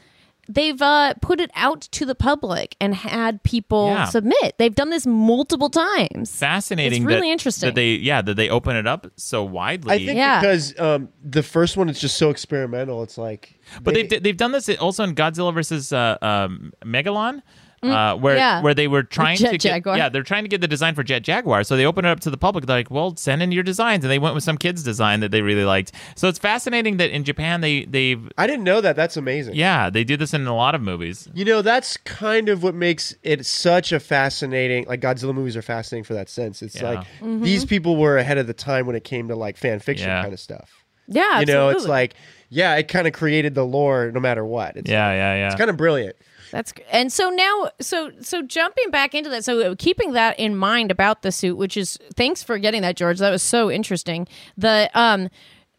they've uh, put it out to the public and had people
Yeah.
submit. They've done this multiple times.
Fascinating.
It's really
that-
interesting.
that they, yeah, that they open it up so widely.
I think
Yeah.
because um, the first one is just so experimental. It's like,
But they've they've done this also in Godzilla versus uh, um, Megalon. Uh, where
Mm, yeah.
where they were trying
Jet
to get,
Jaguar.
yeah they're trying to get the design for Jet Jaguar so they opened it up to the public they're like well send in your designs and they went with some kids design that they really liked so it's fascinating that in Japan they they've
I didn't know that. That's amazing.
yeah they do this in a lot of movies
You know, that's kind of what makes it such a fascinating. Like Godzilla movies are fascinating for that sense. It's
Yeah.
like
Mm-hmm.
these people were ahead of the time when it came to like fan fiction
Yeah.
kind of stuff.
Yeah,
You know, it's
absolutely.
like, yeah, it kind of created the lore no matter what. It's,
yeah yeah yeah
it's kind of brilliant.
That's gr- and so now so so jumping back into that so keeping that in mind about the suit which is thanks for getting that George that was so interesting the um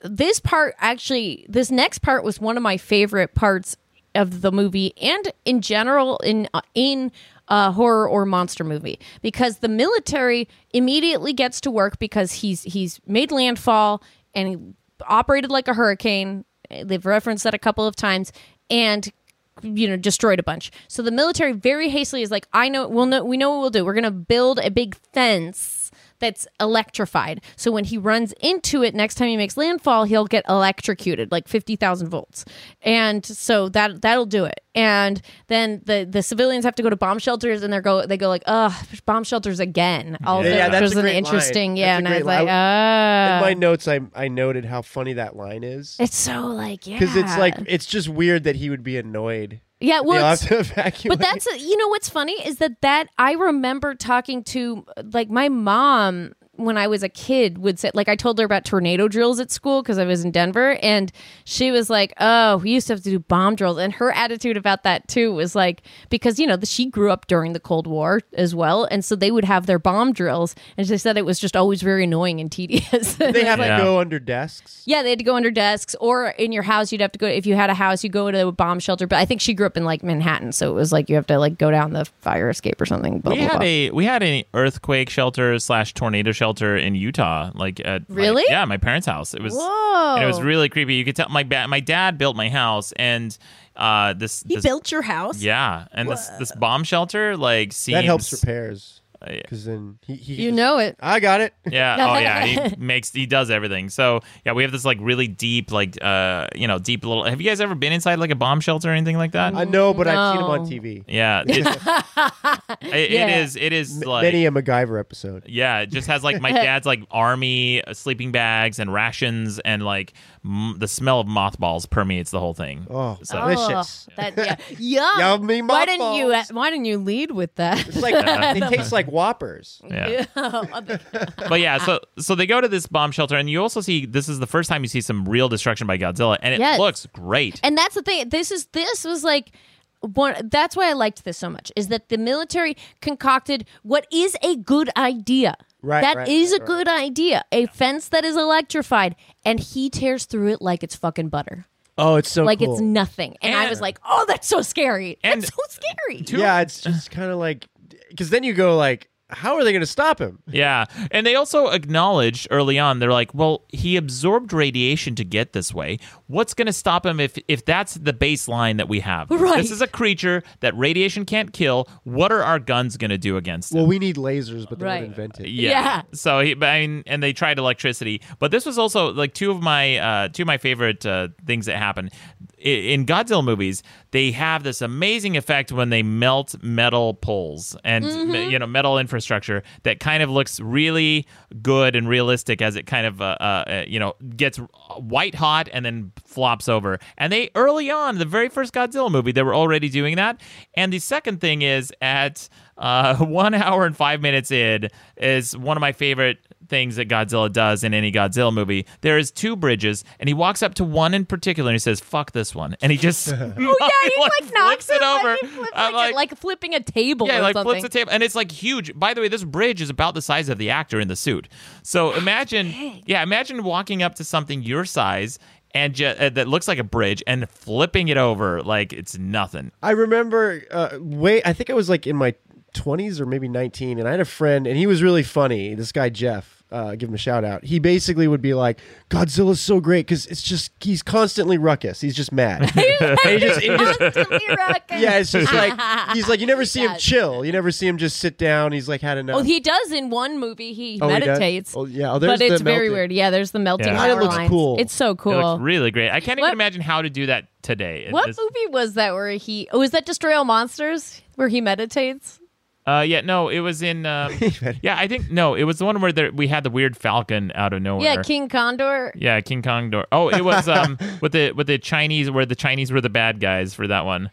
this part actually this next part was one of my favorite parts of the movie and in general in uh, in a horror or monster movie because the military immediately gets to work because he's he's made landfall and he operated like a hurricane. They've referenced that a couple of times and you know destroyed a bunch. So the military very hastily is like, I know we'll know we know what we'll do. We're gonna build a big fence that's electrified. So when he runs into it next time he makes landfall, he'll get electrocuted like 50,000 volts. And so that that'll do it. And then the the civilians have to go to bomb shelters and they go they go like, "Ugh, bomb shelters again." All
Yeah,
yeah,
that's
that
a
was an
great line.
interesting. Yeah,
That's
and
a
I was
great line.
like, "Uh."
In my notes, I I noted how funny that line is
it's so like, yeah.
because it's like it's just weird that he would be annoyed.
Yeah, well,
Well,
it's-
to
But
evacuate.
that's uh, you know what's funny is that that I remember talking to uh, like my mom when I was a kid would say like I told her about tornado drills at school because I was in Denver and she was like oh we used to have to do bomb drills and her attitude about that too was like because you know the, she grew up during the Cold War as well and so they would have their bomb drills and she said it was just always very annoying and tedious *laughs*
*laughs* they have
Yeah.
to go under desks.
Yeah, they had to go under desks, or in your house, you'd have to go. If you had a house, you go to a bomb shelter. But I think she grew up in like Manhattan, so it was like you have to like go down the fire escape or something. Blah,
We
blah,
had
blah.
a we had an earthquake shelter slash tornado shelter in Utah. Like at my-
Really?
yeah, my parents' house. It was
Whoa!
and it was really creepy. You could tell my ba- my dad built my house and uh this
he
this,
built your house.
yeah and this this bomb shelter like seems
That helps repairs
Uh, yeah.
because then he, he
you
just-
know it.
I got it.
Yeah. Oh, yeah. He makes. He does everything. So yeah, we have this like really deep, like uh, you know, deep little. Have you guys ever been inside like a bomb shelter or anything like that?
I know, but I've seen him on
No.
TV.
yeah. It's, it,
Yeah.
it is. It is like.
Many a MacGyver episode.
yeah, it just has like my dad's like army uh, sleeping bags and rations and like m- the smell of mothballs permeates the whole thing.
Oh,
Oh,
delicious!
that-
*laughs*
yeah. Yum.
Yummy
Why didn't you? uh,
mothballs.
Why didn't you lead with that? *laughs*
It's *laughs* like they taste like Whoppers.
Yeah. but yeah, so so they go to this bomb shelter and you also see this is the first time you see some real destruction by Godzilla and it
Yes.
looks great.
And that's the thing. This is this was like one that's why I liked this so much is that the military concocted what is a good idea.
Right,
That
right,
is
right,
a
right.
good idea. A fence that is electrified and he tears through it like it's fucking butter.
Oh, it's so
Like it's nothing. And, I
And-
was like, "Oh, that's so scary.
And-
that's so scary."
Yeah, it's just kind of like because then you go like, how are they going to stop him?
Yeah. And they also acknowledged early on, they're like, well, he absorbed radiation to get this way. What's going to stop him if, if that's the baseline that we have?
Right.
This is a creature that radiation can't kill. What are our guns going to do against it?
Well, we need lasers, but they
Right.
weren't invented.
Yeah.
So he, but I mean, and they tried electricity, but this was also like two of my uh, two of my favorite uh, things that happen I- in Godzilla movies. They have this amazing effect when they melt metal poles and you know metal infrastructure that kind of looks really good and realistic as it kind of uh, uh, you know gets white hot and then flops over. And they early on the very first Godzilla movie they were already doing that. And the second thing is at uh, *laughs* one hour and five minutes in is one of my favorite things that Godzilla does in any Godzilla movie. There is two bridges, and he walks up to one in particular and he says, "Fuck this one," and he just
*laughs*
oh *laughs*
*laughs*
Yeah, he like, knocks
it
it
over,
Like, he flips,
I'm
like, a- like flipping a table
yeah,
or
like
something.
flips the table, and it's like huge. By the way, this bridge is about the size of the actor in the suit. So imagine, yeah, imagine walking up to something your size and ju- uh, that looks like a bridge and flipping it over like it's nothing.
I remember uh, way. I think I was like in my twenties or maybe nineteen, and I had a friend, and he was really funny. This guy Jeff, uh, give him a shout out. He basically would be like, "Godzilla's so great because it's just he's constantly ruckus. He's
*laughs*
just mad.
he
just- he just- *laughs* yeah, it's just
*laughs*
like he's like you never see him
Yes.
chill. You never see him just sit down. He's like had enough.
Oh, he does in one movie. He
Oh, he does?
meditates.
Oh, yeah. Oh, there's
but it's
the
very
melting.
weird. Yeah, there's the melting.
Yeah.
God, it
power
looks
lines.
cool.
It's so
It
cool.
looks really great. I can't
What-
even imagine how to do that today. It
what
just-
movie was that where he? Oh, was that Destroy All Monsters where he meditates?
Uh, yeah, no, it was in. Um, yeah, I think no, it was the one where there, we had the weird falcon out of nowhere.
Yeah, King Condor.
Yeah, King Kong door. Oh, it
*laughs*
was um with the with the Chinese where the Chinese were the bad guys for that one.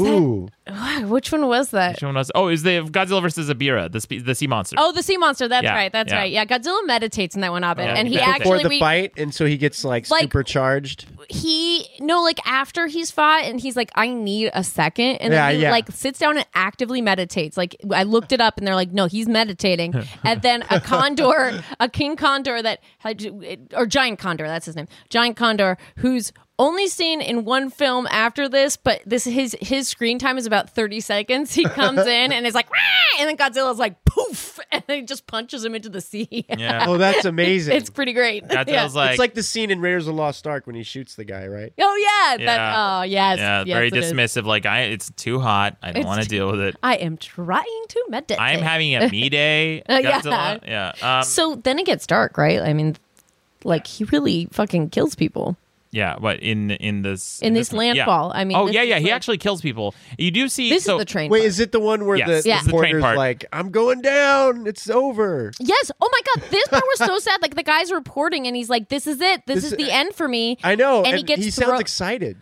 Ooh,
Ah, Which one was that?
Which one was? Oh, is the Godzilla versus Abira, the spe- the sea monster.
Oh, the sea monster. That's
Yeah,
right. That's
yeah.
right. Yeah, Godzilla meditates in that one, Abed,
Yeah,
and he
before
before
actually
the
we-
fight, and so he gets like,
Like- *laughs*
supercharged.
he no like after he's fought and he's like I need a second and
Yeah,
then he
yeah.
like sits down and actively meditates like I looked it up and they're like no he's
*laughs*
meditating and then a condor a king condor that had, or giant condor that's his name giant condor who's only seen in one film after this, but this his his screen time is about 30 seconds. He comes in and it's like, "Rah!" and then Godzilla's like, poof, *laughs* and then he just punches him into the sea.
Yeah.
Oh, that's
*laughs*
amazing.
It's pretty great.
Godzilla's
*laughs* yeah.
like,
it's like the scene in Raiders of the Lost Ark when he shoots the guy, right?
oh yeah,
Yeah.
that oh yes,
yeah,
yes,
very
it is.
dismissive. Like I, it's too hot. I don't
It's
want to
too-
deal with it.
I am trying to meditate.
I'm having a me day.
Uh, *laughs* yeah.
Godzilla. Yeah. Um,
So then it gets dark, right? I mean, like he really fucking kills people.
yeah. But in in this
In this
one-
landfall,
Yeah.
I mean,
oh
this
yeah,
is
yeah. He
like-
actually kills people. You do see.
This
so-
is the train.
Wait,
part.
is it the one where
Yes,
the,
this
Yeah.
is
the
the train
porter's
part.
like, "I'm going down. It's over."
Yes. Oh my god, this part was so sad. Like the guy's reporting, and he's like, "This is it. This, is
This-
the end for me."
I know,
And,
and,
he gets
sounds
thrown-
excited,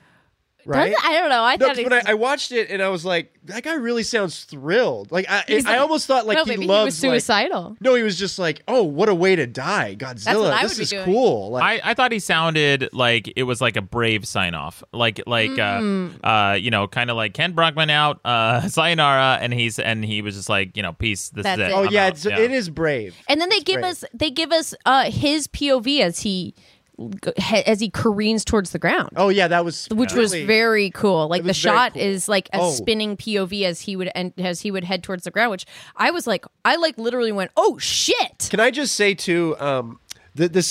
Does
right?
it? I don't know. I
No,
thought
'cause
it
when I, I watched it and I was like, that guy really sounds thrilled. Like I,
He's
I
like-
almost thought like
no,
he
maybe
loves
he was suicidal.
Like, no, he was just like, oh, what a way to die, Godzilla.
what I
this
would be
is
doing.
cool. Like,
I, I thought he sounded like it was like a brave sign off, like like
Mm.
uh, uh you know kind of like Ken Brockman out, uh, *laughs* sayonara, and he's and he was just like you know peace. This
That's
is it.
it.
oh
I'm
yeah,
out.
it's, it is brave.
and then they give
great.
us they give us uh his POV as he as he careens towards the ground.
Oh yeah, that was
which was
really-
very cool. Like the
was very
shot
cool.
is like a
Oh.
spinning POV as he would and as he would head towards the ground. Which I was like, I like literally went, oh shit,
Can I just say too, um, the the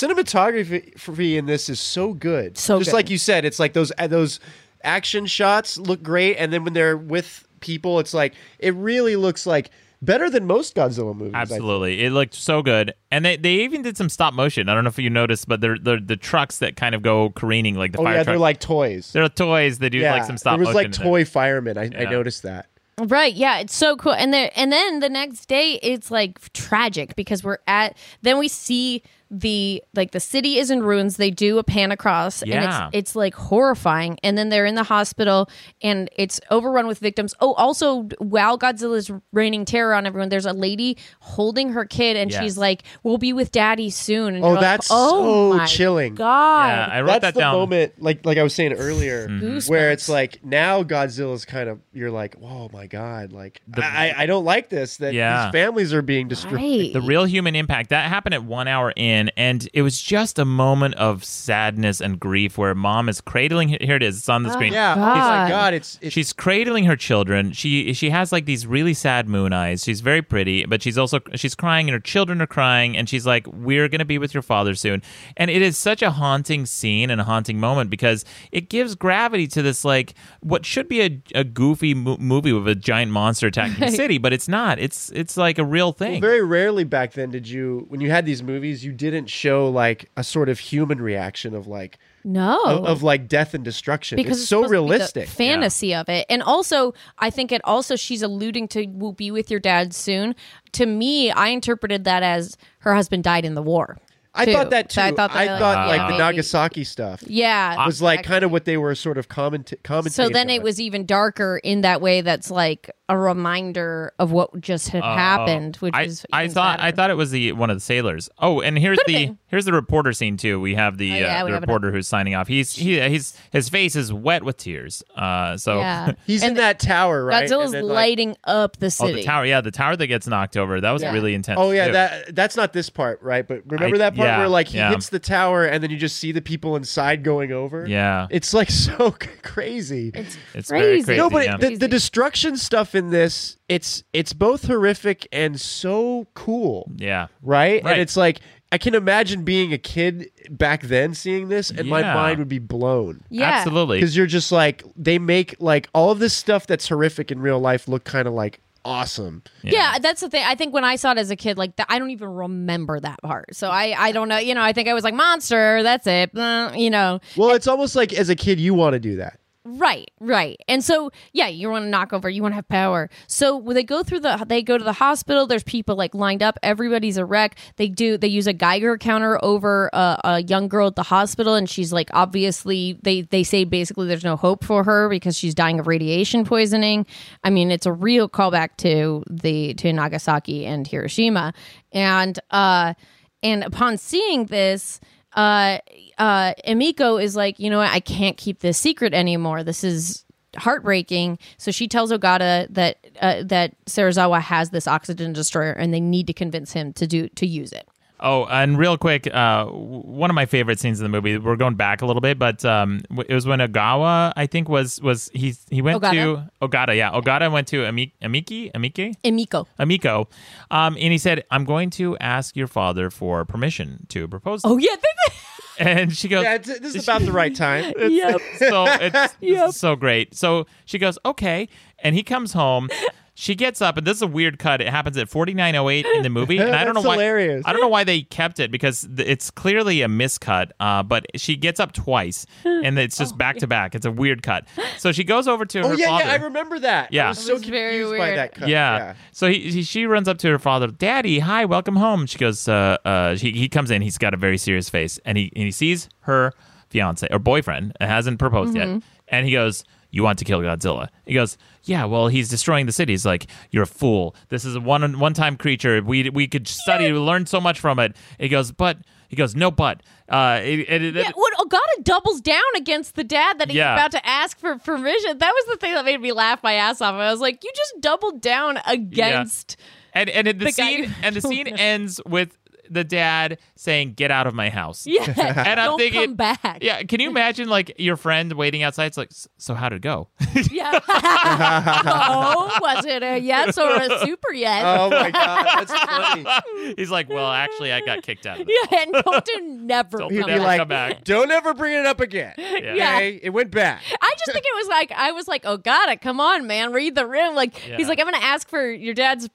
cinematography in this is so good.
So
just
good.
like you said, it's like those uh, those action shots look great, and then when they're with people, it's like it really looks like better than most Godzilla movies. I think.
Absolutely, it looked so good, and they, they even did some stop motion. I don't know if you noticed, but they're, they're the trucks that kind of go careening like the
Oh
fire
yeah,
truck.
they're like toys.
they're toys. They do
yeah,
like some stop
There was
motion.
like
there.
toy firemen. I, I
Yeah.
noticed that.
right? Yeah, it's so cool. And there and then the next day, it's like tragic because we're at then we see the like the city is in ruins. They do a pan across, and
Yeah.
it's it's like horrifying. And then they're in the hospital, and it's overrun with victims. Oh, also while Godzilla's raining terror on everyone, there's a lady holding her kid, and
Yes.
she's like, "We'll be with Daddy soon." And
Oh,
you're like,
that's
"Oh
so
my
chilling."
God,
Yeah, I wrote
That's
that
the
down. Mm-hmm.
moment, like like I was saying earlier,
Goosebumps.
where it's like now Godzilla's kind of you're like, oh my god, like I I- I don't like this that
Yeah.
these families are being destroyed.
right.
The real human impact that happened at one hour in, and it was just a moment of sadness and grief where mom is cradling. Here it is. It's on the screen.
Yeah, oh
God.
my god, it's, it's
She's cradling her children. She she has like these really sad moon eyes. She's very pretty, but she's also she's crying and her children are crying and she's like we're going to be with your father soon. And it is such a haunting scene and a haunting moment because it gives gravity to this like what should be a, a goofy mo- movie with a giant monster attacking the city, but it's not. It's it's like a real thing.
very rarely back then did you when you had these movies you didn't show like a sort of human reaction of like
no
of,
Oh,
of, like death and destruction.
Oh. because
it's so
supposed to be the
realistic.
fantasy of it and also i think it also she's alluding to will be with your dad soon to me i interpreted that as her husband died in the war
I thought that too.
So
I thought,
Uh,
like
yeah,
the
maybe-
Nagasaki stuff
yeah
was like kind of what they were sort of comment commenting.
so then it was even darker in that way that's like a reminder of what just had happened which
I,
is
I
even
thought I
sadder.
thought it was the one of the sailors. Oh, and here's the
been.
here's the reporter scene too. We have the,
Oh, yeah,
uh,
we
the
have it
reporter who's signing off. He's he, he's his face is wet with tears. Uh, so
yeah
*laughs* He's in that tower, right?
godzilla's
And then, like,
lighting up
*laughs*
the
oh
city
the tower, yeah, the tower that gets knocked over. That was really intense.
Oh yeah,
too.
that that's not this part, right? But remember
I-
that part
yeah,
where like he
yeah.
hits the tower and then you just see the people inside going over.
yeah,
it's like *laughs* so crazy.
it's,
it's very
crazy.
crazy.
no, but
yeah.
it, the, the destruction stuff in this, it's it's both horrific and so cool,
yeah.
right?
Right.
And it's like I can imagine being a kid back then seeing this, and my
Yeah.
mind would be blown.
yeah
absolutely.
Because you're just like they make like all of this stuff that's horrific in real life look kind of like awesome.
Yeah. that's the thing. I think when I saw it as a kid, like th- I don't even remember that part. So I, I don't know. You know, I think I was like monster. That's it. Uh, you know,
Well, it's almost like as a kid you want to do that.
right, right. And so yeah, you want to knock over. You want to have power. So when they go through the, they go to the hospital. There's people like lined up. Everybody's a wreck. They do. They use a Geiger counter over a, a young girl at the hospital, and she's like obviously they they say basically there's no hope for her because she's dying of radiation poisoning. I mean, it's a real callback to the to Nagasaki and Hiroshima, and uh, and upon seeing this. Uh, uh, Emiko is like, you know what? I can't keep this secret anymore. This is heartbreaking. So she tells Ogata that uh, that Sarazawa has this oxygen destroyer, and they need to convince him to do to use it.
Oh, and real quick, uh, w- one of my favorite scenes in the movie. We're going back a little bit, but um, w- it was when Ogawa, I think, was was he he went
Ogata.
to Ogata, yeah, Ogata went to Ami- Amiki, Amiki,
Emiko.
Amiko, um, and he said, "I'm going to ask your father for permission to propose."
Oh yeah,
*laughs* And she goes,
Yeah, it's, this is about the right *laughs* time.
yep.
so
*laughs*
it's
Yep.
it's so great. So she goes, okay, and he comes home. She gets up, and this is a weird cut. It happens at forty nine oh eight in the movie, and I don't know
That's
why.
hilarious.
I don't know why they kept it because th- it's clearly a miscut. Uh, but she gets up twice, and it's
Oh.
just back to back. It's a weird cut. So she goes over to
Oh
her
yeah,
father.
yeah, I remember that.
Yeah.
I was so
was very
confused by
weird.
that cut.
Yeah. So he, he- she runs up to her father, Daddy, hi, welcome home. She goes, uh, uh, he, he comes in, he's got a very serious face, and he, and he sees her fiance or boyfriend, uh, hasn't proposed
Mm-hmm.
yet. And he goes, You want to kill Godzilla? He goes, Yeah, well, he's destroying the city. He's like, You're a fool. This is a one one time creature. We, we could study, learn so much from it. He goes, But, he goes, No, but. Uh, it, it, it-
Yeah, when Ogata doubles down against the dad that he's
Yeah.
about to ask for permission, that was the thing that made me laugh my ass off. I was like, you just doubled down against. *laughs*
And and the,
The guy
scene
you
and the
don't *laughs*
scene
know.
ends with the dad saying, "Get out of my house."
Yeah.
And I'm
don't
thinking-
come back.
Yeah, can you imagine like your friend waiting outside? It's like, "S- so how'd it go? *laughs*
*laughs*
Yeah. oh, was it a yes or a super yes?
Oh my god, that's *laughs* funny.
He's like, well, actually, I got kicked out. Of the
yeah, and don't do never
Don't
come
He'd
Never
be
back.
come back.
like, "Don't ever bring it
*laughs*
up again."
Yeah.
Yeah.
Okay? it went back.
I just think it was like I was like, oh God, come on, man, read the room. Like
Yeah.
he's like, I'm gonna ask for your dad's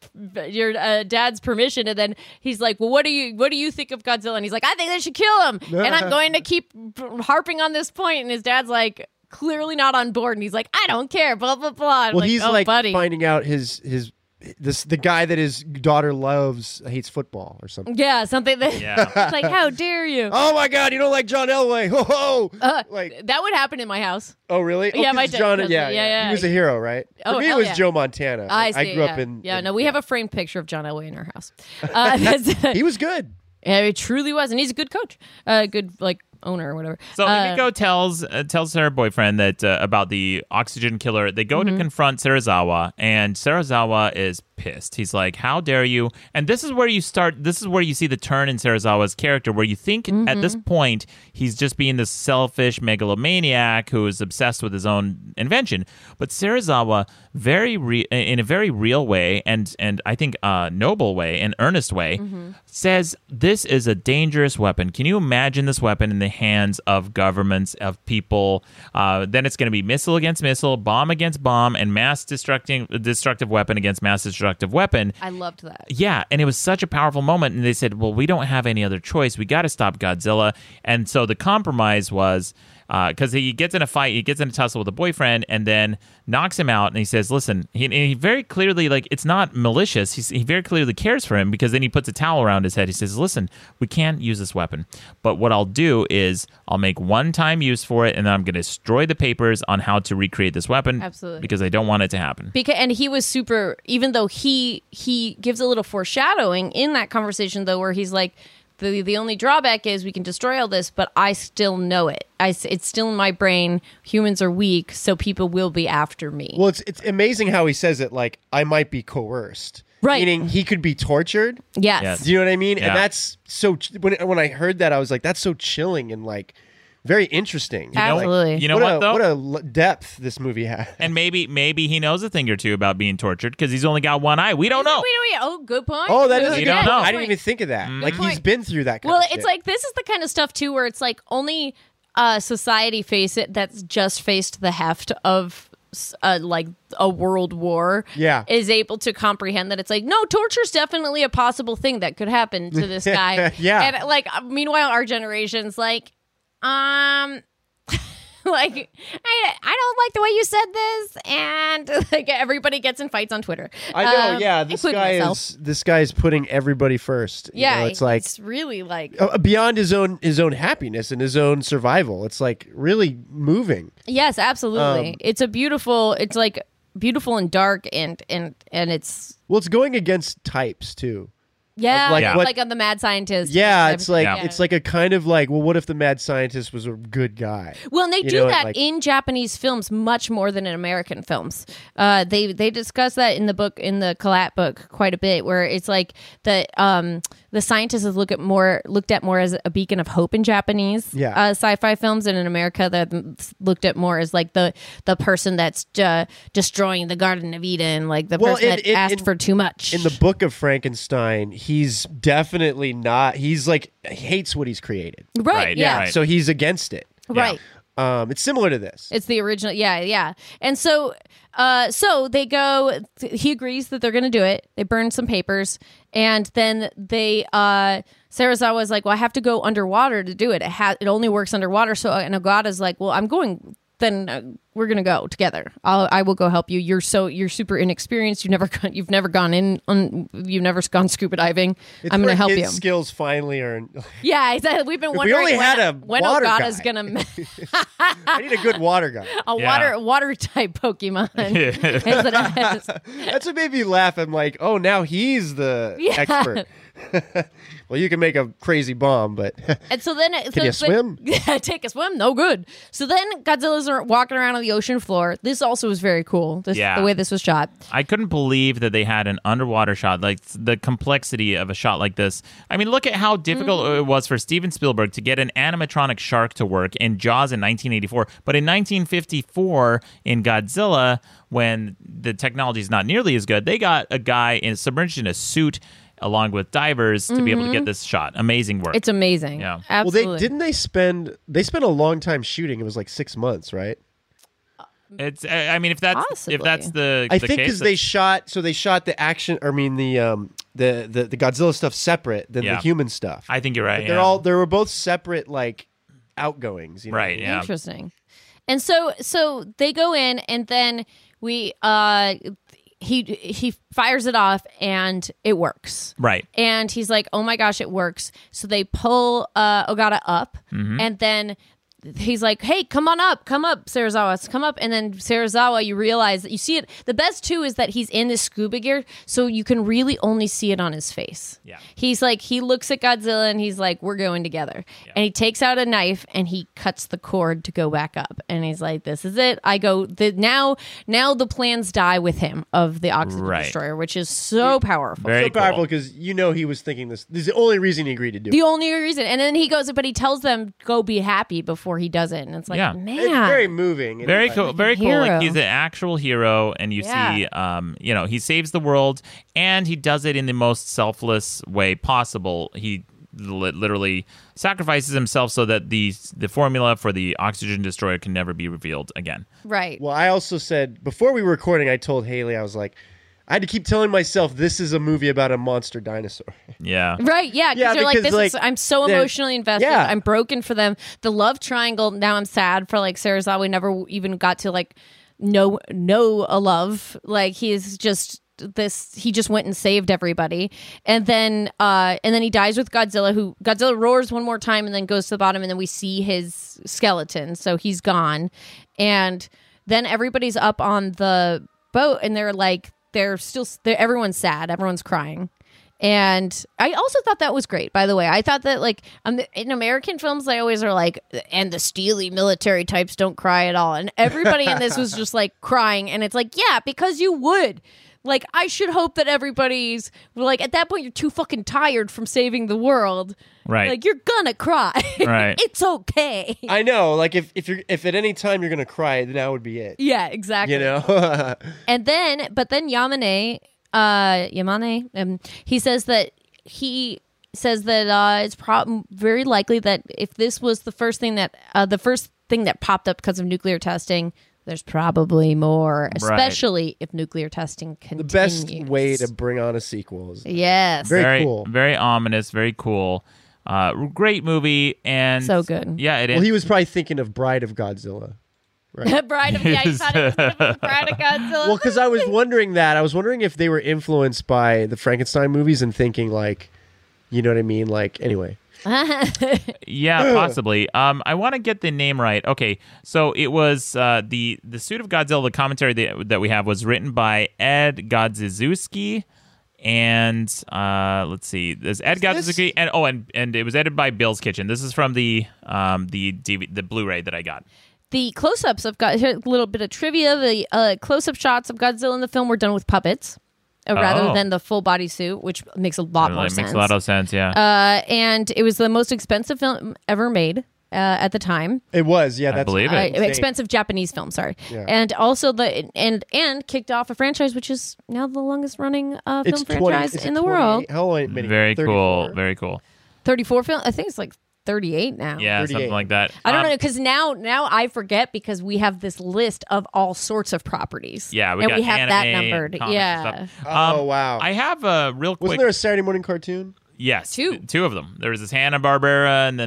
your uh, dad's permission, and then he's like, well, what do you what do you think of Godzilla? And he's like, I think they should kill him, and I'm going
*laughs*
to keep harping on this point. And his dad's like, clearly not on board, and he's like, I don't care, blah blah blah. I'm
Well, he's
oh,
like
buddy,
finding out his his this the guy that his daughter loves hates football or something.
yeah, something that *laughs*
Yeah.
it's like, how dare you?
Oh my god, you don't like John Elway? Ho ho!
Uh,
like,
that would happen in my house.
oh really? Oh,
yeah,
'cause
my
it's
dad-
John. Yeah,
cousin,
yeah,
yeah, yeah.
He was a hero, right?
Oh,
For me, it
hell
was
yeah.
Joe Montana.
I see.
grew
yeah.
up in.
yeah.
in-
No, we have a framed picture of John Elway in our house. Uh, *laughs* that's-
He was good.
Yeah, he truly was, and he's a good coach, a good like owner or whatever.
So
Uh,
Miko tells uh, tells her boyfriend that uh, about the oxygen killer. They go to confront Sarazawa, and Sarazawa is pissed. He's like, "How dare you!" And this is where you start. This is where you see the turn in Sarazawa's character, where you think at this point he's just being this selfish megalomaniac who is obsessed with his own invention. But Sarazawa, very re- in a very real way, and and I think uh, noble way and earnest way, says this is a dangerous weapon. Can you imagine this weapon in the hands of governments of people? Uh, then it's going to be missile against missile, bomb against bomb, and mass destructing destructive weapon against mass destructive weapon.
I loved that.
Yeah, and it was such a powerful moment. And they said, well, we don't have any other choice. We got to stop Godzilla. And so the compromise was because he gets in a fight, he gets in a tussle with a boyfriend, and then knocks him out. And he says, listen, he, and he very clearly, like, it's not malicious. He's, he very clearly cares for him because then he puts a towel around his head. He says, listen, we can't use this weapon. But what I'll do is I'll make one time use for it, and then I'm going to destroy the papers on how to recreate this weapon.
Absolutely.
Because I don't want it to happen.
Because and he was super. Even though he he gives a little foreshadowing in that conversation though, where he's like, the the only drawback is we can destroy all this, but I still know it. I s- it's still in my brain. Humans are weak, so people will be after me.
Well, it's it's amazing how he says it. Like, I might be coerced.
Right.
Meaning he could be tortured.
yes.
Yes.
Do you know what I mean?
Yeah.
And that's so. ch- When when I heard that, I was like, that's so chilling and like very interesting.
know- Absolutely.
You know
what,
what,
a,
though?
What a l- depth this movie had.
And maybe maybe he knows a thing or two about being tortured because he's only got one eye. We don't know.
Wait, wait, wait. Oh, good point.
*laughs* Oh, that is.
You
a good
don't
point. Mm-hmm.
know.
I didn't even think of that. Like he's
point.
been through that. Kind
well
of
it's
shit.
like this is the kind of stuff too where it's like only uh society face it that's just faced the heft of s- uh, like a world war
Yeah.
is able to comprehend that it's like no torture's definitely a possible thing that could happen to
*laughs*
this guy
Yeah.
and like uh, meanwhile our generation's like um *laughs* like I, I don't like the way you said this and *laughs* like everybody gets in fights on twitter
I know.
Um,
yeah, this
including
guy
myself.
is this guy is putting everybody first. You
yeah
know, it's like
it's really like
uh, beyond his own his own happiness and his own survival. It's like really moving.
Yes,
Um,
absolutely. it's a beautiful. It's like beautiful and dark, and and and it's
Well, it's going against types too.
yeah,
Like
like,
what-
on the mad scientist.
Yeah, it's like
Yeah.
it's like a kind of like, well, what if the mad scientist was a good guy?
well, and they
you
do
know,
that
like-
in Japanese films much more than in American films. Uh, they they discuss that in the book in the Collat book quite a bit, where it's like the um the scientist is look at more looked at more as a beacon of hope in Japanese
Yeah.
uh, sci-fi films, and in America they're looked at more as like the the person that's uh, destroying the Garden of Eden, like the
Well,
person
in-
that
in-
asked
in-
for too much.
in the book of Frankenstein, he's definitely not. He's like hates what he's created,
right,
Right,
yeah,
yeah, right.
so he's against it.
right.
Um, it's similar to this.
It's the original. Yeah, yeah. And so uh so they go he agrees that they're going to do it. They burn some papers and then they uh Sarazawa's like, "Well, I have to go underwater to do it. It ha- it only works underwater." So and Ogata's like, "Well, I'm going then uh, we're going to go together. I'll, I will go help you. You're so you're super inexperienced. You've never gone, you've never gone in on you've never gone scuba diving.
It's
I'm
where
going to help
his
you."
skills finally are. *laughs*
yeah, *laughs* exactly. We've been
we
wondering
only
when,
had a
when
water
Ogata's
guy.
going to
I need a good water guy.
a
Yeah.
water water *laughs* type
*laughs*
Pokemon. Is it a-
That's what made me laugh. I'm like, oh, now he's the expert. *laughs* well, you can make a crazy bomb, but *laughs*
and so then,
Can you swim?
*laughs* Yeah, take a swim, no good. So then Godzilla's are walking around on the ocean floor. This also was very cool. This,
Yeah.
the way this was shot.
I couldn't believe that they had an underwater shot, like the complexity of a shot like this. I mean, look at how difficult it was for Steven Spielberg to get an animatronic shark to work in Jaws in 1984, but in 1954 in Godzilla, when the technology is not nearly as good, they got a guy in submerged in a suit along with divers to be able to get this shot. Amazing work.
It's amazing.
Yeah. Well, they
well, they
absolutely.
didn't they spend they spent a long time shooting. It was like six months, right?
It's. I I mean, if that's
Possibly.
if that's the
I
the
think
case,
because they shot so they shot the action. I mean the um the the, the Godzilla stuff separate than
Yeah.
the human stuff.
I think you're right.
But they're
yeah.
all they were both separate like outgoings. You know?
right. Yeah.
Interesting. And so, so they go in, and then we, uh, he he fires it off, and it works.
Right.
and he's like, "Oh my gosh, it works!" So they pull uh, Ogata up,
Mm-hmm.
and then he's like, "Hey, come on up, come up, Sarazawa, come up!" And then Sarazawa, you realize that you see it. The best too is that he's in this scuba gear, so you can really only see it on his face.
Yeah.
he's like, he looks at Godzilla and he's like, "We're going together," and he takes out a knife and he cuts the cord to go back up, and he's like, "This is it." I go the now now the plans die with him of the oxygen
Right.
destroyer, which is so powerful.
Very
So powerful
cool.
because you know he was thinking this. This is the only reason he agreed to do it.
the only reason. And then he goes, but he tells them go be happy before he does it, and it's like,
Yeah.
man,
It's very moving. and
Very
like-
cool. Very cool.
hero.
Like he's an actual hero, and you
Yeah.
see, um, you know, he saves the world, and he does it in the most selfless way possible. He li- literally sacrifices himself so that the the formula for the oxygen destroyer can never be revealed again.
right,
Well, I also said before we were recording, I told Haley I was like, I had to keep telling myself this is a movie about a monster dinosaur. *laughs*
Yeah.
right, yeah.
Yeah,
Because you're like,
because,
this is.
like,
I'm so
the-
emotionally invested.
yeah.
I'm broken for them. The love triangle. Now I'm sad for like Sarazawa. We never even got to like know know a love. Like he's just this he just went and saved everybody and then uh and then he dies with godzilla who godzilla roars one more time and then goes to the bottom and then we see his skeleton so he's gone and then everybody's up on the boat and they're like they're still they're, everyone's sad everyone's crying and i also thought that was great by the way i thought that like um, in american films they always are like and the steely military types don't cry at all and everybody in
*laughs*
this was just like crying and it's like yeah because you would like i should hope that everybody's like at that point you're too fucking tired from saving the world
Right.
like you're gonna cry
Right.
*laughs* it's okay
I know, like if if you're if at any time you're gonna cry, then that would be it.
yeah exactly
You know, *laughs*
And then, but then Yamane, uh, Yamane, um, he says that he says that uh, it's prob- very likely that if this was the first thing that uh, the first thing that popped up because of nuclear testing, there's probably more, especially if nuclear testing
the
continues.
best way to bring on a sequel is
yes, *laughs*
Very
Very
cool.
Very ominous. Very cool. Uh, great movie and
So good.
Yeah. It is.
Well, he was probably thinking of Bride of Godzilla.
bride of yeah, you thought it was gonna be the bride of Godzilla.
Well, because I was wondering that. I was wondering if they were influenced by the Frankenstein movies and thinking like, you know what I mean? Like, anyway,
*laughs*
Yeah, possibly. Um, I want to get the name right. Okay, so it was uh, the the suit of Godzilla. The commentary that, that we have was written by Ed Godziszewski, and uh, let's see, there's Ed
this-
Godziszewski, and oh, and and it was edited by Bill's Kitchen. This is from the um the DV, the Blu-ray that I got.
the close-ups of God, here, a little bit of trivia. The uh, close-up shots of Godzilla in the film were done with puppets. uh, rather
Oh.
than the full body suit, which makes a lot more
It
sense.
makes a lot of sense. Yeah.
uh, and it was the most expensive film ever made uh, at the time.
It was, yeah.
I
That's
believe
Uh,
it.
expensive Japanese film, sorry.
Yeah.
And also the and and kicked off a franchise which is now the longest running uh, film
It's twenty.
franchise
It's
in the world.
28 How many?
Very
34?
cool. Very cool.
34 film, I think it's like 38 now.
Yeah,
38.
something like that.
I don't
Um,
know because now now I forget because we have this list of all sorts of properties.
Yeah, we
and
got
we have that
anime,
numbered.
comics and
Yeah,
stuff.
Oh
Um,
wow!
I have a real quick.
Wasn't there a Saturday morning cartoon?
Yes,
Two.
th- two of them. There was this Hanna Barbera in the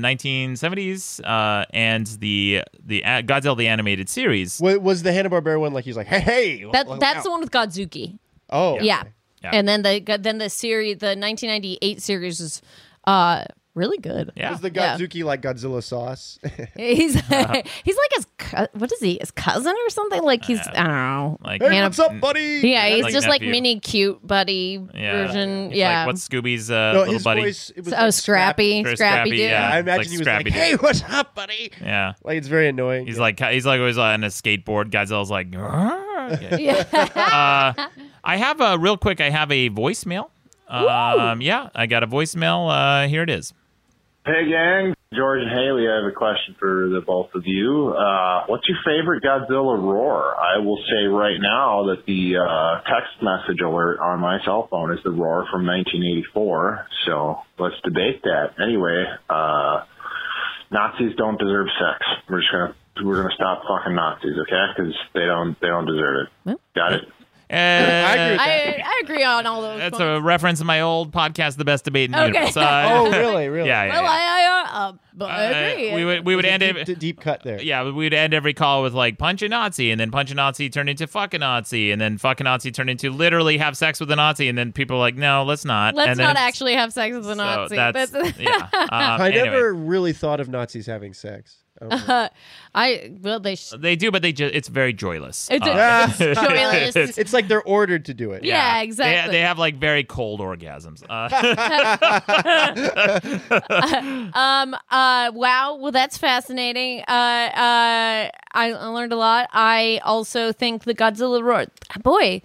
1970s, uh, and the the a- Godzilla the animated series.
Was, was the Hanna Barbera one like he's like, hey, hey?
that
look
that's
out."
the one with Godzuki.
Oh
Yeah.
okay.
Yeah.
and then the then the series, the 1998 series is uh, really good.
Yeah,
Is the
Yeah.
Godzuki like Godzilla sauce?
*laughs*
*laughs*
*laughs*
He's he's like his cou- what is he his cousin or something like he's I don't know
like
hey,
Hanna-
what's up, buddy?
yeah
That's
he's
like
just like
nephew.
mini cute buddy
yeah,
version
It's
yeah
Like, what's Scooby's uh,
No,
little
his
buddy?
voice. It was
oh
like
scrappy
Very
scrappy, dude
Yeah, I
Yeah,
imagine
like
he was like,
Scrappy-Doo.
hey, what's up, buddy?
Yeah,
Like it's very annoying.
he's like he's like always on a skateboard. Godzilla's like.
*laughs*
"Grrr." Okay.
yeah
uh, I have a real quick. I have a voicemail. Um, yeah, I got a voicemail. Uh, here it
*coughs*
is.
Hey gang, George and Haley, I have a question for the both of you. Uh, what's your favorite Godzilla roar? I will say right now that the uh, text message alert on my cell phone is the roar from 1984. So let's debate that. Anyway, uh, Nazis don't deserve sex. We're just gonna we're gonna stop fucking Nazis, okay? Because they don't they don't deserve it. Got it.
Uh,
agree with
I, I agree on all those
that's
points.
a reference to my old podcast, The Best Debate in the
Okay.
Universe. Uh,
*laughs*
oh, really? Really?
Yeah, yeah.
well
yeah.
I I uh, but I
Uh,
agree
we would we would
There's
end
a deep,
it.
deep cut there.
Yeah, but we'd end every call with like punch a Nazi, and then punch a Nazi turned into fuck a Nazi, and then fuck a Nazi turned into literally have sex with a Nazi, and then people are like, no, let's not.
let's
And then
not
it's-
actually have sex with
so
a Nazi
that's-
That's- *laughs*
yeah. Um,
I
anyway.
never really thought of Nazis having *laughs* sex. I don't know.
I well they sh-
They do, but they just—it's very joyless.
it's,
Uh,
Ah.
it's *laughs*
*laughs*
joyless
it's like they're ordered to do it.
Yeah.
They-
exactly.
They, have like very cold orgasms. Uh,
Um. Uh. Wow. Well, that's fascinating. Uh. Uh. I, I learned a lot. I also think the Godzilla roar. Boy,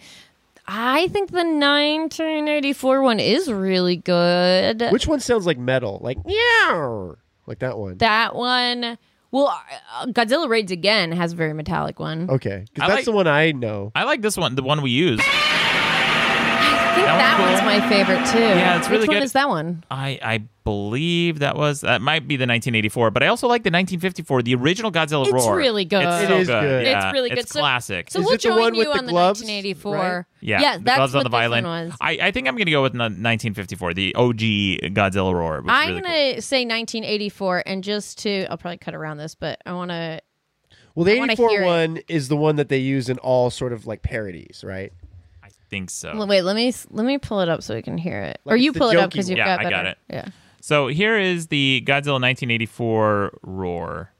I think the 1984 one is really good.
Which one sounds like metal? Like yeah, like that one.
that one? Well, uh, Godzilla raids again has a very metallic one.
okay, 'Cause
I
that's
like-
the one I know.
I like this one, the one we use.
I think
That
that,
one's
one's,
cool.
my favorite too.
Yeah, it's really
Which one
good.
is that one?
I I believe that was that might be the 1984, but I also like the 1954, the original Godzilla
It's
roar.
really good.
It's
It
so
is good.
It's
Yeah,
really good.
It's
So-
classic.
So
Is
we'll
it the
join
one
you
with the
on
gloves,
the 1984.
right?
yeah,
yeah
the
that's
gloves
what
on the
this
violin.
one was.
I, I think I'm gonna go with n- 1954, the OG Godzilla roar. which is
I'm
really cool.
gonna say 1984, and just to, I'll probably cut around this, but I want to.
Well, the
I wanna
'84
hear it.
one is the one that they use in all sort of like parodies,
*laughs*
right?
I think so.
Wait, let me let me pull it up so we can hear it,
Like
or
it's
you
the
pull it up
jokey
because you've
one. Yeah,
got
I
better.
got it.
Yeah.
So here is the Godzilla 1984 roar.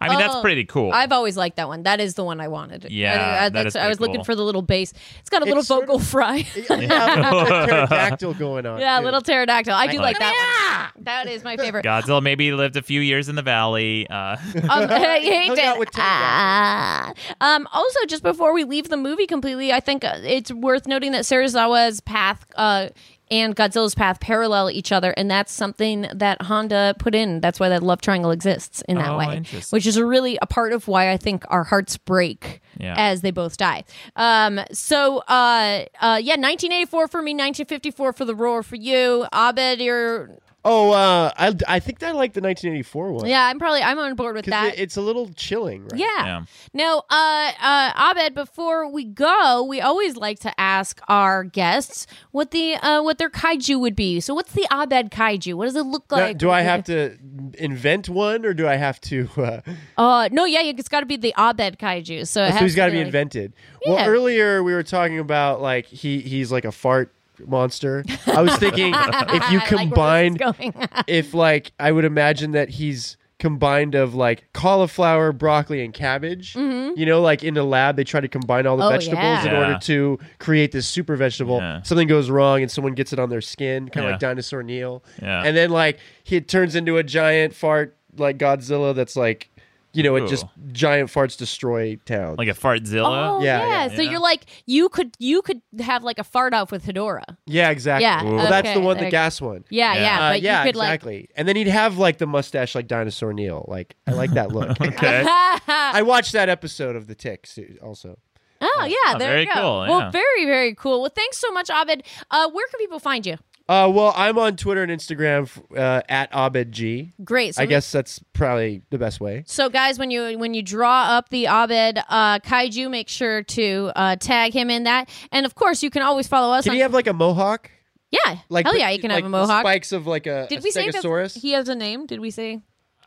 I mean, that's
Oh,
pretty cool.
I've always liked that one. That is the one I wanted. I-
Yeah,
I,
that
that's-
is
I
pretty
was looking
cool.
for the little bass. It's got a little
It's sort
vocal fry. *laughs*
Yeah, pterodactyl going on.
yeah, a
too.
little pterodactyl. I do
I like
like that one. That
*laughs*
is my favorite.
Godzilla maybe lived a few years in the valley. Uh, *laughs*
Um, *laughs*
*laughs*
he
Hung
did.
out with Tim
Ah. Um, also, just before we leave the movie completely, I think uh, it's worth noting that Sarazawa's path uh, and Godzilla's path parallel each other, and that's something that Honda put in. That's why that love triangle exists in that
Oh,
way,
interesting.
which is a really a part of why I think our hearts break
Yeah.
as they both die. Um, so, uh, uh, yeah, 1984 for me, 1954 for the roar for you, Abed. You're
Oh, uh, I I think I like the 1984 one.
yeah, I'm probably I'm on board with
because
that.
it, it's a little chilling, right?
Yeah.
Yeah.
Now, uh, uh, Abed, before we go, we always like to ask our guests what the uh, what their kaiju would be. So, what's the Abed kaiju? What does it look
Now,
like?
do I have to invent one, or do I have to? Uh,
Uh, no, yeah, it's got to be the Abed kaiju. So, it
so
has
he's got to be
like-
invented.
Yeah.
Well, earlier we were talking about like he he's like a fart monster. I
*laughs*
was thinking if you
I like where this is
combine,
going. *laughs*
if like I would imagine that he's combined of like cauliflower, broccoli, and cabbage. You know, like in the lab they try to combine all
Mm-hmm.
the
Oh,
vegetables
yeah.
in
Yeah.
order to create this super vegetable.
Yeah.
Something goes wrong and someone gets it on their skin, kind of
Yeah.
like dinosaur Neil.
Yeah.
And then like he turns into a giant fart like Godzilla that's like. you know, it
Ooh.
just giant farts destroy towns.
like a fartzilla.
Oh
Yeah,
yeah,
yeah,
So
yeah.
you're like you could you could have like a fart off with Hedora.
yeah, exactly.
Yeah,
Well, that's the
okay,
one, the
like-
gas one.
Yeah,
Yeah.
yeah.
Uh,
but
yeah,
you could
exactly. and then he'd have like the mustache like Dinosaur Neil. Like I like that look.
Uh,
Okay.
like
I watched that episode of The Tick su- also.
*laughs* Oh yeah,
Oh,
there
very
you go.
cool, yeah.
Well, very very cool. Well, thanks so much, Abed. Uh, where can people find you?
Uh, well, I'm on Twitter and Instagram f- uh, at Abed G.
Great. So
I guess that's probably the best way.
So guys, when you when you draw up the Abed uh, kaiju, make sure to uh, tag him in that. And of course, you can always follow us.
Can
on,
he have like a mohawk?
yeah,
Like
hell
the-
yeah, you can
like
have a
the
mohawk.
Spikes of like a,
Did
a
we say that
stegosaurus.
he has a name? Did we say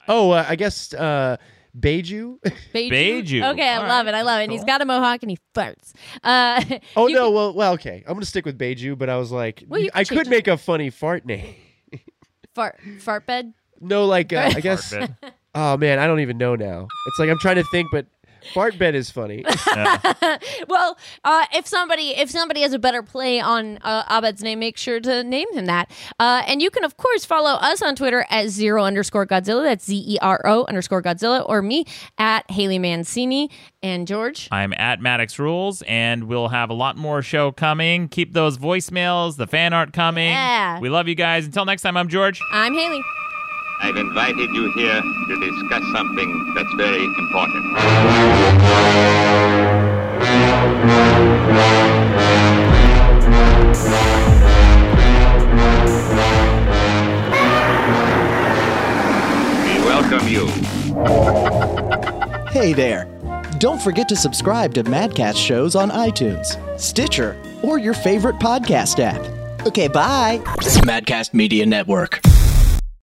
oh, uh, I guess uh, Beiju. *laughs*
Beiju?
Beiju.
Okay, I
All
love
right,
it. I love it. And he's
cool.
got a mohawk and he farts. Uh, *laughs*
oh
you
no,
can-
well, well, okay. I'm gonna stick with Beiju, but I was like,
Well, you
I
can
could
change
make a funny fart name.
fart fart bed.
No, like uh, I guess.
Fartbed.
Oh man, I don't even know now. It's like I'm trying to think, but fart bed is funny.
well, uh, if somebody if somebody has a better play on uh, Abed's name, make sure to name him that. Uh, and you can of course follow us on Twitter at zero underscore Godzilla. That's Z E R O underscore Godzilla, or me at Haley Mancini and George.
I'm at Maddox Rules, and we'll have a lot more show coming. Keep those voicemails, the fan art coming.
Yeah.
We love you guys. Until next time, I'm George.
I'm Haley.
I've invited you here to discuss something that's very important. We welcome you.
Hey there! Don't forget to subscribe to Madcast shows on iTunes, Stitcher, or your favorite podcast app. Okay, bye! Madcast Media Network.